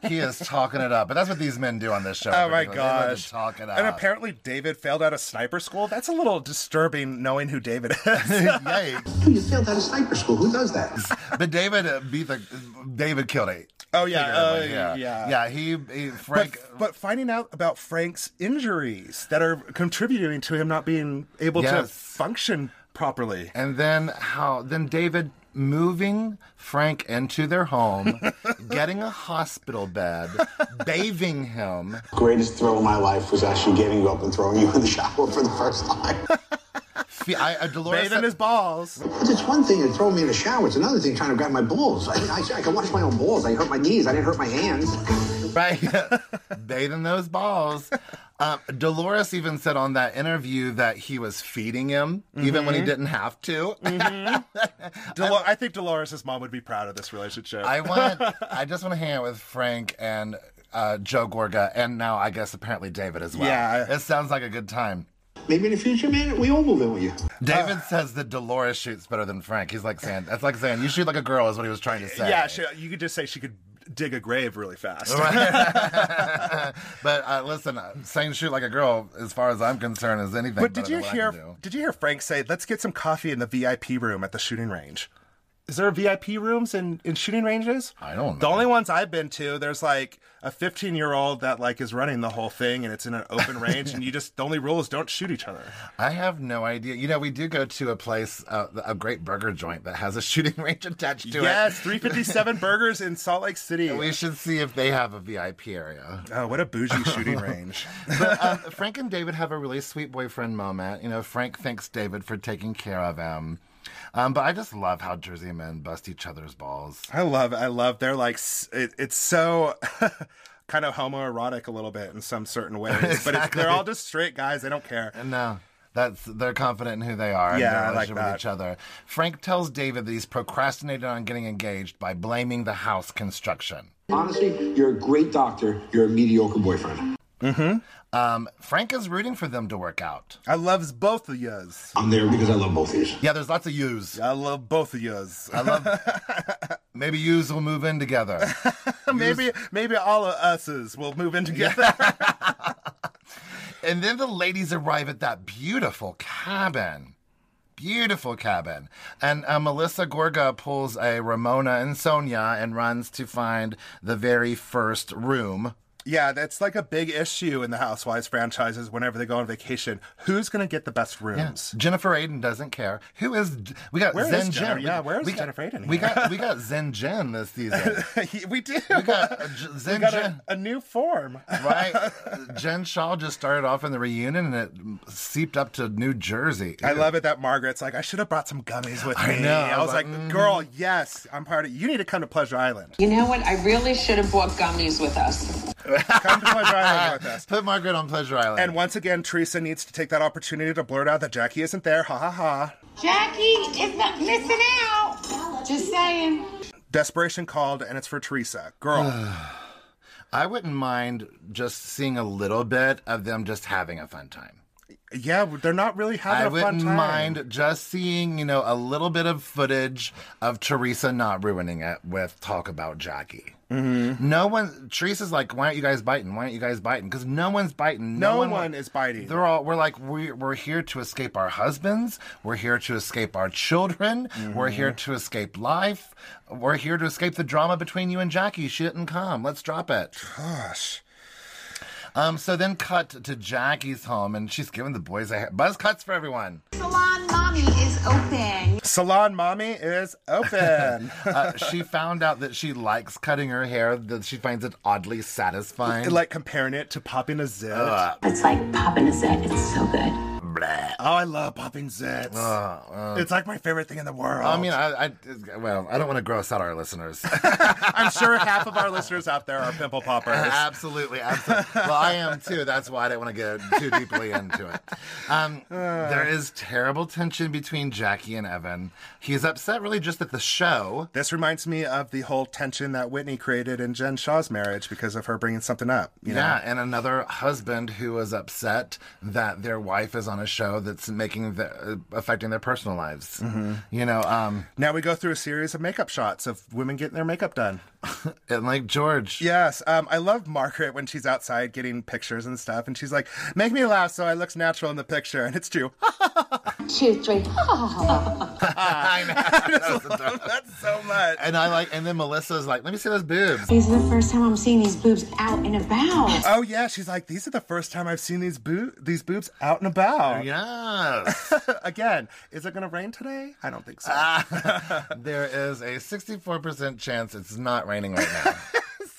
[SPEAKER 2] he is talking it up, but that's what these men do on this show. in
[SPEAKER 1] Oh my
[SPEAKER 2] particular. They love to
[SPEAKER 1] gosh.
[SPEAKER 2] talk it up.
[SPEAKER 1] And apparently David failed out of sniper school. That's a little disturbing knowing who David is.
[SPEAKER 2] Yikes.
[SPEAKER 13] Hey, you failed out of sniper school. Who does that?
[SPEAKER 2] But David uh, beat the David killed it.
[SPEAKER 1] Oh yeah, uh,
[SPEAKER 2] Figuratively,
[SPEAKER 1] yeah,
[SPEAKER 2] yeah, He, he
[SPEAKER 1] But,
[SPEAKER 2] Frank.
[SPEAKER 1] but finding out about Frank's injuries that are contributing to him not being able to
[SPEAKER 2] Yes.
[SPEAKER 1] function properly.
[SPEAKER 2] And then how? Then David moving Frank into their home, getting a hospital bed, bathing him.
[SPEAKER 13] Greatest throw of my life was actually getting up and throwing you in the shower for the first time.
[SPEAKER 2] Fe- I, uh, Dolores
[SPEAKER 1] Bathing
[SPEAKER 2] said-
[SPEAKER 1] his balls.
[SPEAKER 13] It's one thing to throw me in the shower. It's another thing trying to grab my balls. I, I, I can wash my own balls. I hurt my knees. I didn't hurt my hands.
[SPEAKER 2] right, bathing those balls. Um, Dolores even said on that interview that he was feeding him, even
[SPEAKER 1] Mm-hmm.
[SPEAKER 2] when he didn't have to.
[SPEAKER 1] Dolo- I think Dolores' mom would be proud of this relationship.
[SPEAKER 2] I want. I just want to hang out with Frank and uh, Joe Gorga, and now I guess apparently David as well.
[SPEAKER 1] Yeah.
[SPEAKER 2] it sounds like a good time.
[SPEAKER 13] Maybe in the future, man, we all will do you.
[SPEAKER 1] Uh.
[SPEAKER 2] David says that Dolores shoots better than Frank. He's like saying that's like saying you shoot like a girl is what he was trying to say.
[SPEAKER 1] yeah, she, you could just say she could dig a grave really fast.
[SPEAKER 2] but uh, listen, uh, saying shoot like a girl, as far as I'm concerned, is anything.
[SPEAKER 1] But
[SPEAKER 2] better
[SPEAKER 1] did you
[SPEAKER 2] than what I can do.
[SPEAKER 1] hear? Did you hear Frank say, "Let's get some coffee in the VIP room at the shooting range"? Is there VIP rooms in, in shooting ranges?
[SPEAKER 2] I don't
[SPEAKER 1] The
[SPEAKER 2] know.
[SPEAKER 1] only ones I've been to, there's like a 15 year old that like is running the whole thing, and it's in an open range, and you just the only rule is don't shoot each other.
[SPEAKER 2] I have no idea. You know, we do go to a place, uh, a great burger joint that has a shooting range attached to
[SPEAKER 1] yes,
[SPEAKER 2] it.
[SPEAKER 1] 357 burgers in Salt Lake City.
[SPEAKER 2] We should see if they have a VIP area.
[SPEAKER 1] Oh, what a bougie shooting range.
[SPEAKER 2] But um, Frank and David have a really sweet boyfriend moment. You know, Frank thanks David for taking care of him. Um, but I just love how Jersey men bust each other's balls.
[SPEAKER 1] I love, I love. They're like, s- it, it's so kind of homoerotic a little bit in some certain ways, but it's,
[SPEAKER 2] Exactly.
[SPEAKER 1] they're all just straight guys. They don't care.
[SPEAKER 2] And no, that's they're confident in who they are. and
[SPEAKER 1] Yeah,
[SPEAKER 2] their
[SPEAKER 1] I like
[SPEAKER 2] relationship
[SPEAKER 1] that.
[SPEAKER 2] with each other. Frank tells David that he's procrastinated on getting engaged by blaming the house construction.
[SPEAKER 13] Honestly, you're a great doctor. You're a mediocre boyfriend.
[SPEAKER 2] Um, Frank is rooting for them to work out.
[SPEAKER 1] I loves both of yous.
[SPEAKER 13] I'm there because I love both of you.
[SPEAKER 2] Yeah, there's lots of yous.
[SPEAKER 1] I love both of yous.
[SPEAKER 2] I love. Maybe yous will move in together.
[SPEAKER 1] maybe maybe all of us's will move in together.
[SPEAKER 2] And then the ladies arrive at that beautiful cabin. Beautiful cabin. And uh, Melissa Gorga pulls a Ramona and Sonia and runs to find the very first room.
[SPEAKER 1] Yeah, that's like a big issue in the Housewives franchises whenever they go on vacation. Who's going to get the best rooms?
[SPEAKER 2] Yeah. Jennifer Aiden doesn't care. Who is we got
[SPEAKER 1] Where is
[SPEAKER 2] Zen Jen?
[SPEAKER 1] Jennifer-
[SPEAKER 2] We-
[SPEAKER 1] yeah, where is
[SPEAKER 2] we got-
[SPEAKER 1] Jennifer Aiden
[SPEAKER 2] We
[SPEAKER 1] here?
[SPEAKER 2] got we got Zen Jen this season.
[SPEAKER 1] we do.
[SPEAKER 2] We got uh, J- Zen
[SPEAKER 1] we got
[SPEAKER 2] Jen.
[SPEAKER 1] a, a new form.
[SPEAKER 2] right? Jen Shaw just started off in the reunion and it seeped up to New Jersey.
[SPEAKER 1] I love it that Margaret's like, I should have brought some gummies with
[SPEAKER 2] I
[SPEAKER 1] me.
[SPEAKER 2] know,
[SPEAKER 1] I was
[SPEAKER 2] but-
[SPEAKER 1] like, mm. girl, yes, I'm part of You need to come to Pleasure Island.
[SPEAKER 15] You know what? I really should have brought gummies with us.
[SPEAKER 1] Come to Pleasure Island with us.
[SPEAKER 2] Put Margaret on Pleasure Island.
[SPEAKER 1] And once again, Teresa needs to take that opportunity to blurt out that Jackie isn't there. Ha ha ha.
[SPEAKER 15] Jackie is not missing out. Just saying.
[SPEAKER 1] Desperation called, and it's for Teresa. Girl.
[SPEAKER 2] I wouldn't mind just seeing a little bit of them just having a fun time.
[SPEAKER 1] yeah, they're not really having
[SPEAKER 2] I
[SPEAKER 1] a fun
[SPEAKER 2] wouldn't
[SPEAKER 1] time.
[SPEAKER 2] mind just seeing, you know, a little bit of footage of Teresa not ruining it with talk about Jackie. No one, Teresa's like, why aren't you guys biting? Why aren't you guys biting? Because no one's biting.
[SPEAKER 1] No one is biting.
[SPEAKER 2] They're all, we're like, we, we're here to escape our husbands. We're here to escape our children. We're here
[SPEAKER 1] Mm-hmm.
[SPEAKER 2] to escape life. We're here to escape the drama between you and Jackie. She didn't come. Let's drop it.
[SPEAKER 1] Gosh.
[SPEAKER 2] Um, so then cut to Jackie's home and she's giving the boys a ha- buzz cuts for everyone.
[SPEAKER 15] Salon Mommy is open.
[SPEAKER 1] Salon Mommy is open.
[SPEAKER 2] uh, she found out that she likes cutting her hair, that she finds it oddly satisfying.
[SPEAKER 1] like comparing it to popping a zit.
[SPEAKER 2] Ugh.
[SPEAKER 8] It's like popping a zit. It's so good.
[SPEAKER 2] Bleh.
[SPEAKER 1] Oh, I love popping zits.
[SPEAKER 2] Ugh, ugh.
[SPEAKER 1] it's like my favorite thing in the world.
[SPEAKER 2] I mean, I, I, well, I don't want to gross out our listeners.
[SPEAKER 1] I'm sure half of our listeners out there are pimple poppers.
[SPEAKER 2] absolutely, absolutely. Well, I am too. That's why I didn't want to get too deeply into it. Um, there is terrible tension between Jackie and Evan. He's upset, really, just at the show.
[SPEAKER 1] This reminds me of the whole tension that Whitney created in Jen Shaw's marriage because of her bringing something up. You
[SPEAKER 2] yeah,
[SPEAKER 1] know?
[SPEAKER 2] and another husband who is upset that their wife is on a show that's making the, uh, affecting their personal lives. You know, um,
[SPEAKER 1] Now we go through a series of makeup shots of women getting their makeup done.
[SPEAKER 2] and like George,
[SPEAKER 1] Yes, um, I love Margaret when she's outside getting pictures and stuff, and she's like, "Make me laugh so I looks natural in the picture," and it's true.
[SPEAKER 8] Two, three.
[SPEAKER 2] I know. That was adorable.
[SPEAKER 1] That's so much.
[SPEAKER 2] and I like, and then Melissa's like, "Let me see those boobs."
[SPEAKER 8] These are the first time I'm seeing these boobs out and about.
[SPEAKER 1] Oh yeah, she's like, "These are the first time I've seen these boo- these boobs out and about."
[SPEAKER 2] Yes.
[SPEAKER 1] Again, is it going to rain today? I don't think so.
[SPEAKER 2] Ah. there is a 64% chance it's not raining right now.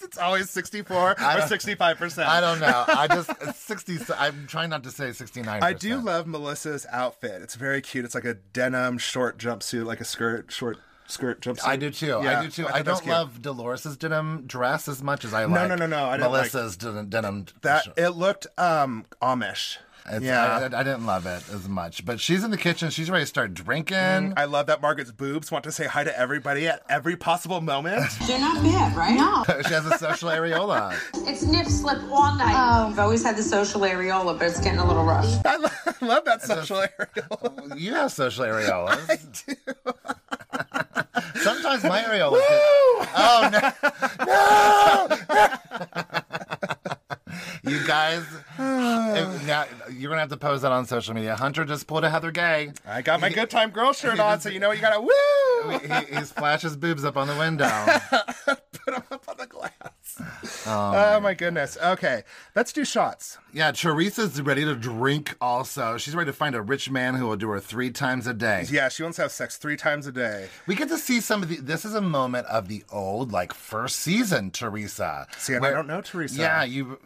[SPEAKER 1] it's always sixty-four
[SPEAKER 2] I
[SPEAKER 1] or
[SPEAKER 2] don't-
[SPEAKER 1] sixty-five percent.
[SPEAKER 2] I don't know. I just it's 60 I'm trying not to say 69.
[SPEAKER 1] I do love Melissa's outfit. It's very cute. It's like a denim short jumpsuit, like a skirt short skirt jumpsuit.
[SPEAKER 2] I do too.
[SPEAKER 1] Yeah,
[SPEAKER 2] I do too.
[SPEAKER 1] I
[SPEAKER 2] I,
[SPEAKER 1] thought that's
[SPEAKER 2] don't
[SPEAKER 1] cute.
[SPEAKER 2] love Dolores's denim dress as much as I like.
[SPEAKER 1] no, no, no, I didn't like-
[SPEAKER 2] Melissa's denim, denim.
[SPEAKER 1] That it looked um Amish.
[SPEAKER 2] It's-
[SPEAKER 1] yeah.
[SPEAKER 2] I, I didn't love it as much. But she's in the kitchen. She's ready to start drinking.
[SPEAKER 1] I love that Margaret's boobs want to say hi to everybody at every possible moment.
[SPEAKER 15] They're not bad, right? No.
[SPEAKER 2] she has a social areola.
[SPEAKER 15] It's nip slip all night. Oh, I've always had the social areola, but it's getting a little rough.
[SPEAKER 1] I lo- love that social aerial.
[SPEAKER 2] you have social areolas. Sometimes my areola.
[SPEAKER 1] Oh no!
[SPEAKER 2] You guys, if- now, you're gonna have to post that on social media. Hunter just pulled a Heather Gay.
[SPEAKER 1] I got my good time girl shirt on, so you know you gotta woo.
[SPEAKER 2] He, he splashes boobs up on the window.
[SPEAKER 1] Put 'em up on the glass. Oh, my goodness. Okay, let's do shots.
[SPEAKER 2] Yeah, Teresa's ready to drink. Also, she's ready to find a rich man who will do her three times a day.
[SPEAKER 1] Yeah, she wants to have sex three times a day.
[SPEAKER 2] We get to see some of the. This is a moment of the old, like first season Teresa.
[SPEAKER 1] See, and I don't know Teresa.
[SPEAKER 2] Yeah, you.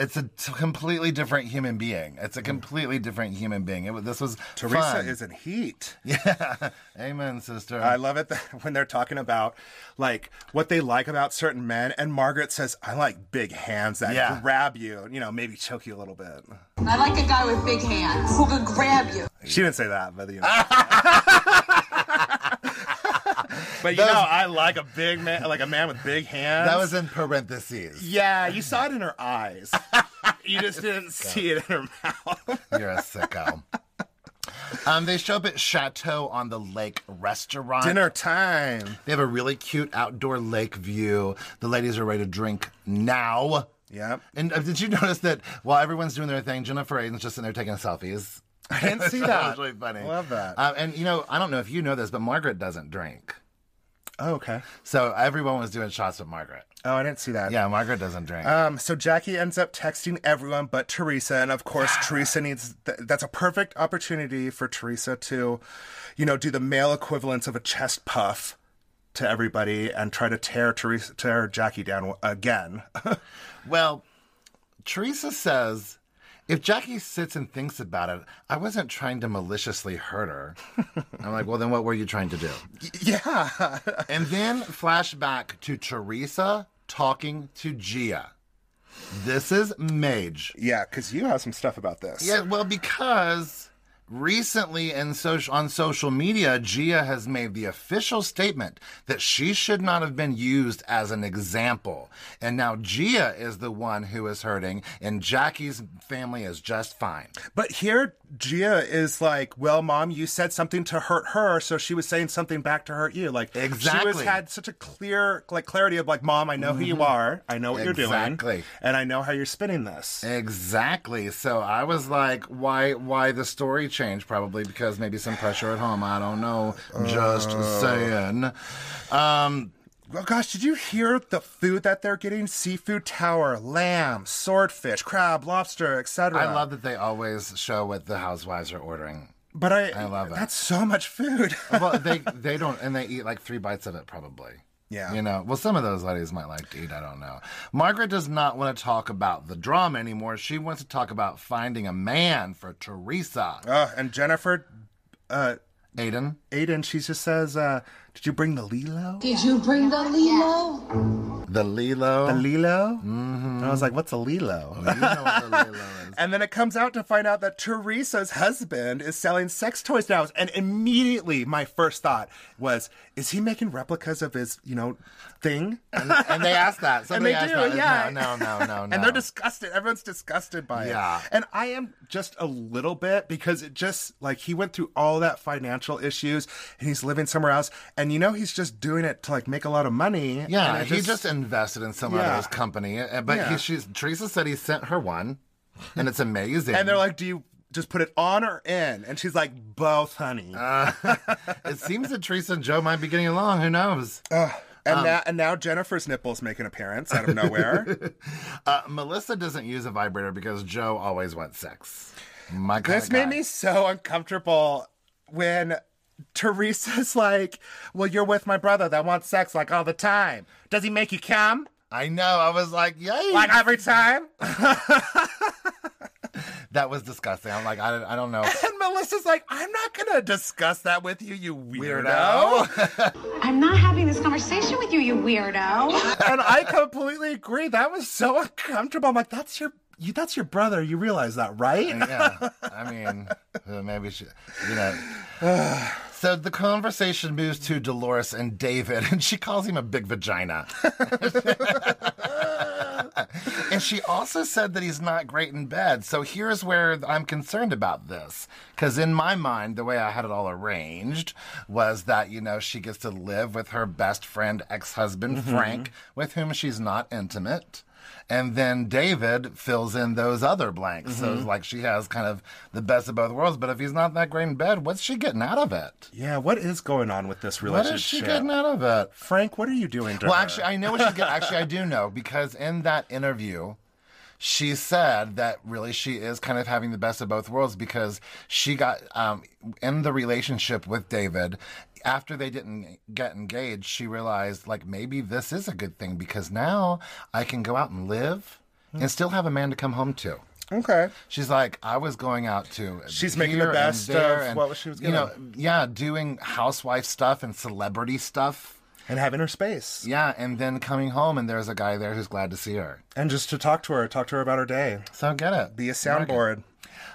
[SPEAKER 2] It's a t- completely different human being. It's a completely different human being. It, wa- this was
[SPEAKER 1] Mm. Teresa
[SPEAKER 2] fun.
[SPEAKER 1] is in heat.
[SPEAKER 2] Yeah, amen, sister.
[SPEAKER 1] I love it that when they're talking about like what they like about certain men, and Margaret says, "I like big hands that
[SPEAKER 2] Yeah.
[SPEAKER 1] grab you, you know, maybe choke you a little bit."
[SPEAKER 15] I like a guy with big hands who could grab you.
[SPEAKER 1] She didn't say that, but you know. but you know, I like a big man, like a man with big hands.
[SPEAKER 2] that was in parentheses.
[SPEAKER 1] yeah. You saw it in her eyes. you just didn't see it in her mouth.
[SPEAKER 2] You're a sicko. Um, they show up at Chateau on the Lake Restaurant.
[SPEAKER 1] Dinner time.
[SPEAKER 2] They have a really cute outdoor lake view. The ladies are ready to drink now.
[SPEAKER 1] Yep.
[SPEAKER 2] And uh, did you notice that while everyone's doing their thing, Jennifer Aiden's just sitting there taking selfies? I
[SPEAKER 1] didn't see that.
[SPEAKER 2] really funny. Um,
[SPEAKER 1] Love that.
[SPEAKER 2] Uh, and you know, I don't know if you know this, but Margaret doesn't drink.
[SPEAKER 1] Oh, okay.
[SPEAKER 2] So everyone was doing shots with Margaret.
[SPEAKER 1] Oh, I didn't see that.
[SPEAKER 2] Yeah, Margaret doesn't drink.
[SPEAKER 1] Um, so Jackie ends up texting everyone but Teresa, and of course Teresa needs th- that's a perfect opportunity for Teresa to, you know, do the male equivalence of a chest puff to everybody and try to tear Teresa tear Jackie down again.
[SPEAKER 2] well, Teresa says if Jackie sits and thinks about it, I wasn't trying to maliciously hurt her. I'm like, well, then what were you trying to do?
[SPEAKER 1] Yeah.
[SPEAKER 2] and then flashback to Teresa talking to Gia. This is Mage.
[SPEAKER 1] Yeah, because you have some stuff about this.
[SPEAKER 2] Yeah, well, because recently in social, on social media, Gia has made the official statement that she should not have been used as an example. And now Gia is the one who is hurting, and Jackie's family is just fine.
[SPEAKER 1] But here, Gia is like, Well, mom, you said something to hurt her, so she was saying something back to hurt you. Like,
[SPEAKER 2] exactly.
[SPEAKER 1] She was, had such a clear like clarity of, like, Mom, I know who mm-hmm. you are, I know what
[SPEAKER 2] exactly. Eh.
[SPEAKER 1] you're doing. Exactly. And I know how you're spinning this.
[SPEAKER 2] Exactly. So I was like, Why, why the story change probably because maybe some pressure at home. I don't know. Just uh, saying. Um,
[SPEAKER 1] well, gosh, did you hear the food that they're getting? Seafood tower, lamb, swordfish, crab, lobster, etc.
[SPEAKER 2] I love that they always show what the housewives are ordering.
[SPEAKER 1] But I,
[SPEAKER 2] I love it.
[SPEAKER 1] That's so much food.
[SPEAKER 2] well, they they don't, and they eat like three bites of it probably.
[SPEAKER 1] Yeah.
[SPEAKER 2] You know, well, some of those ladies might like to eat. I don't know. Margaret does not want to talk about the drama anymore. She wants to talk about finding a man for Teresa.
[SPEAKER 1] Uh, and Jennifer, uh,
[SPEAKER 2] Aiden.
[SPEAKER 1] Aiden, she just says, uh, Did you bring the Lilo?
[SPEAKER 10] Did you bring the Lilo?
[SPEAKER 2] The Lilo.
[SPEAKER 1] The Lilo?
[SPEAKER 2] Mm-hmm.
[SPEAKER 1] And I was like, What's a Lilo?
[SPEAKER 2] Well, you know what a Lilo is.
[SPEAKER 1] and then it comes out to find out that Teresa's husband is selling sex toys now. And immediately my first thought was, Is he making replicas of his, you know, thing?
[SPEAKER 2] And, and they asked that. Somebody
[SPEAKER 1] and they
[SPEAKER 2] asked
[SPEAKER 1] do,
[SPEAKER 2] that.
[SPEAKER 1] yeah.
[SPEAKER 2] No, no, no, no, no.
[SPEAKER 1] And they're disgusted. Everyone's disgusted by it.
[SPEAKER 2] Yeah.
[SPEAKER 1] And I am just a little bit because it just, like, he went through all that financial issues and he's living somewhere else. And you know he's just doing it to like make a lot of money.
[SPEAKER 2] Yeah,
[SPEAKER 1] and
[SPEAKER 2] he just, just invested in some
[SPEAKER 1] yeah.
[SPEAKER 2] other's company. uh, But
[SPEAKER 1] Yeah.
[SPEAKER 2] he, she's Teresa said he sent her one, and it's amazing.
[SPEAKER 1] and they're like, "Do you just put it on or in?" And she's like, "Both, honey."
[SPEAKER 2] Uh, it seems that Teresa and Joe might be getting along. Who knows?
[SPEAKER 1] Ugh. and now, and now Jennifer's nipples make an appearance out of nowhere. Oh
[SPEAKER 2] Uh, Melissa doesn't use a vibrator because Joe always wants sex. My kind
[SPEAKER 1] this
[SPEAKER 2] of
[SPEAKER 1] made
[SPEAKER 2] guy.
[SPEAKER 1] me so uncomfortable when Teresa's like, "Well, you're with my brother that wants sex like all the time. Does he make you come
[SPEAKER 2] I know. I was like, yay!
[SPEAKER 1] like every time?"
[SPEAKER 2] that was disgusting. I'm like, I, don't- I don't know.
[SPEAKER 1] And Melissa's like, "I'm not gonna discuss that with you, you weirdo.
[SPEAKER 10] I'm not having this conversation with you, you weirdo.
[SPEAKER 1] and I completely agree. That was so uncomfortable. I'm like, that's your you, that's your brother. You realize that, right?
[SPEAKER 2] yeah, I mean, uh, maybe she, you know. So the conversation moves to Dolores and David, and she calls him a big vagina. and she also said that he's not great in bed. So here's where I'm concerned about this. Because in my mind, the way I had it all arranged was that, you know, she gets to live with her best friend, ex husband, Frank, with whom she's not intimate. And then David fills in those other blanks. So it's like she has kind of the best of both worlds. But if he's not that great in bed, what's she getting out of it?
[SPEAKER 1] Yeah, what is going on with this
[SPEAKER 2] What
[SPEAKER 1] relationship?
[SPEAKER 2] is she getting out of it?
[SPEAKER 1] Frank, what are you doing to
[SPEAKER 2] Well,
[SPEAKER 1] her?
[SPEAKER 2] actually, I know what she's getting. Actually, I do know because in that interview, she said that really she is kind of having the best of both worlds because she got um, in the relationship with David. After they didn't get engaged, she realized like maybe this is a good thing because now I can go out and live and still have a man to come home to.
[SPEAKER 1] okay.
[SPEAKER 2] She's like, I was going out to.
[SPEAKER 1] She's making
[SPEAKER 2] here
[SPEAKER 1] the best
[SPEAKER 2] and there
[SPEAKER 1] of
[SPEAKER 2] and,
[SPEAKER 1] what she was
[SPEAKER 2] You know,
[SPEAKER 1] given.
[SPEAKER 2] yeah, doing housewife stuff and celebrity stuff.
[SPEAKER 1] And having her space.
[SPEAKER 2] Yeah, and then coming home and there's a guy there who's glad to see her.
[SPEAKER 1] And just to talk to her, talk to her about her day.
[SPEAKER 2] So get it.
[SPEAKER 1] Be a
[SPEAKER 2] Mark it.
[SPEAKER 1] soundboard.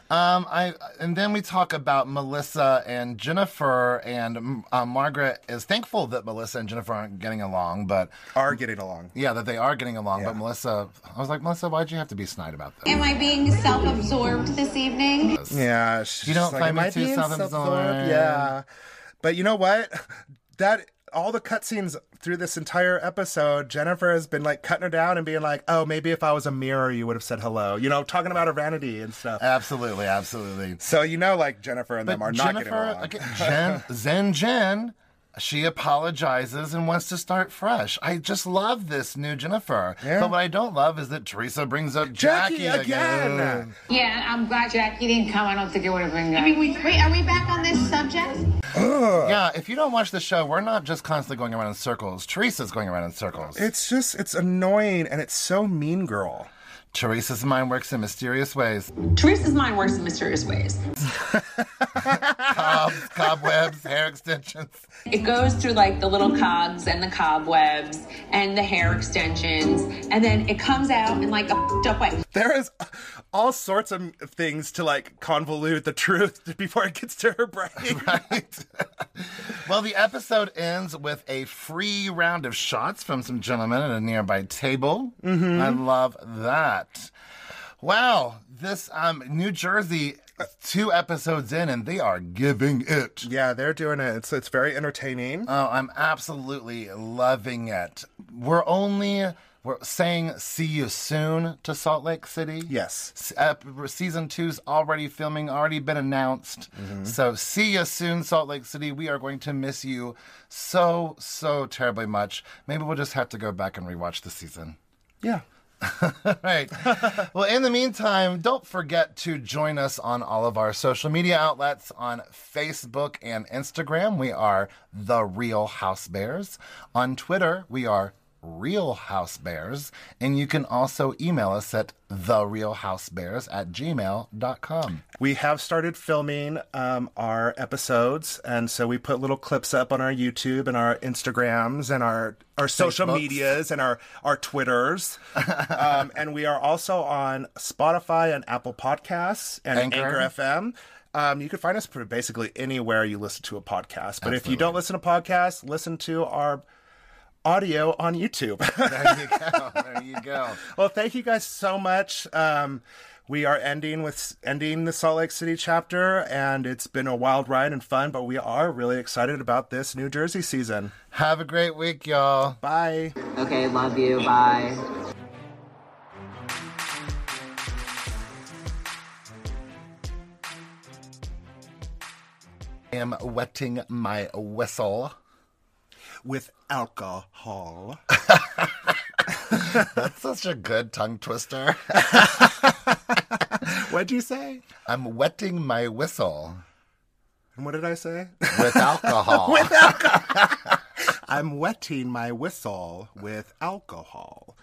[SPEAKER 2] Um, I and then we talk about Melissa and Jennifer and um, uh, Margaret is thankful that Melissa and Jennifer aren't getting along, but
[SPEAKER 1] Are getting along.
[SPEAKER 2] yeah, that they are getting along. But Melissa, I was like, Melissa, why'd you have to be snide about this?
[SPEAKER 10] Am I being self absorbed this evening?
[SPEAKER 1] Yeah. She's
[SPEAKER 2] You don't
[SPEAKER 1] just like,
[SPEAKER 2] find
[SPEAKER 1] "Am
[SPEAKER 2] me
[SPEAKER 1] I
[SPEAKER 2] too
[SPEAKER 1] being
[SPEAKER 2] self-absorbed?"
[SPEAKER 1] self-absorbed?" Yeah. But you know what? That all the cutscenes through this entire episode, Jennifer has been like cutting her down and being like, "Oh, maybe if I was a mirror, you would have said hello." You know, talking about her vanity and stuff.
[SPEAKER 2] Absolutely, absolutely.
[SPEAKER 1] So you know, like Jennifer and them are
[SPEAKER 2] Jennifer,
[SPEAKER 1] not getting along.
[SPEAKER 2] again, Zen Jen She apologizes and wants to start fresh. I just love this new Jennifer.
[SPEAKER 1] Yeah.
[SPEAKER 2] But what I don't love is that Teresa brings up Jackie,
[SPEAKER 1] Jackie again.
[SPEAKER 15] Yeah, I'm glad Jackie didn't come. I don't think it would have been.
[SPEAKER 16] I mean, we, wait, are we back on this subject?
[SPEAKER 2] Yeah, if you don't watch the show, we're not just constantly going around in circles. Teresa's going around in circles.
[SPEAKER 1] It's just, it's annoying and it's so mean girl.
[SPEAKER 2] Teresa's mind works in mysterious ways.
[SPEAKER 20] Teresa's mind works in mysterious ways.
[SPEAKER 2] Cobs, cobwebs, hair extensions.
[SPEAKER 20] It goes through like the little cogs and the cobwebs and the hair extensions, and then it comes out in like a fed up way.
[SPEAKER 1] There is all sorts of things to like convolute the truth before it gets to her brain.
[SPEAKER 2] Well, the episode ends with a free round of shots from some gentlemen at a nearby table.
[SPEAKER 1] Mhm.
[SPEAKER 2] I love that. Wow, this um New Jersey two episodes in and they are giving it.
[SPEAKER 1] Yeah, they're doing it. It's it's very entertaining.
[SPEAKER 2] Oh, I'm absolutely loving it. We're only we're saying see you soon to Salt Lake City.
[SPEAKER 1] Yes.
[SPEAKER 2] S- Uh, season two's already filming, already been announced. So see you soon, Salt Lake City. We are going to miss you so so terribly much. Maybe we'll just have to go back and rewatch the season.
[SPEAKER 1] Yeah.
[SPEAKER 2] All right. well, in the meantime, don't forget to join us on all of our social media outlets on Facebook and Instagram. We are The Real House Bears. On Twitter, we are Real House Bears. And you can also email us at TheRealHouseBears at gmail.com.
[SPEAKER 1] We have started filming um, our episodes, and so we put little clips up on our YouTube and our Instagrams and our our social
[SPEAKER 2] Facebooks.
[SPEAKER 1] medias and our our Twitters, um, and we are also on Spotify and Apple Podcasts and Anchor,
[SPEAKER 2] Anchor.
[SPEAKER 1] FM. Um, you can find us pretty basically anywhere you listen to a podcast. But if you don't listen to podcasts, listen to our audio on YouTube.
[SPEAKER 2] There you go.
[SPEAKER 1] Well, thank you guys so much. Um, we are ending with ending the Salt Lake City chapter, and it's been a wild ride and fun. But we are really excited about this New Jersey season.
[SPEAKER 2] Have a great week, y'all.
[SPEAKER 1] Bye.
[SPEAKER 20] Okay, love you. Bye.
[SPEAKER 2] I am wetting my whistle.
[SPEAKER 1] With alcohol.
[SPEAKER 2] That's such a good tongue twister.
[SPEAKER 1] What'd you say?
[SPEAKER 2] I'm wetting my whistle
[SPEAKER 1] And what did I say?
[SPEAKER 2] with alcohol.
[SPEAKER 1] With alcohol. I'm wetting my whistle with alcohol.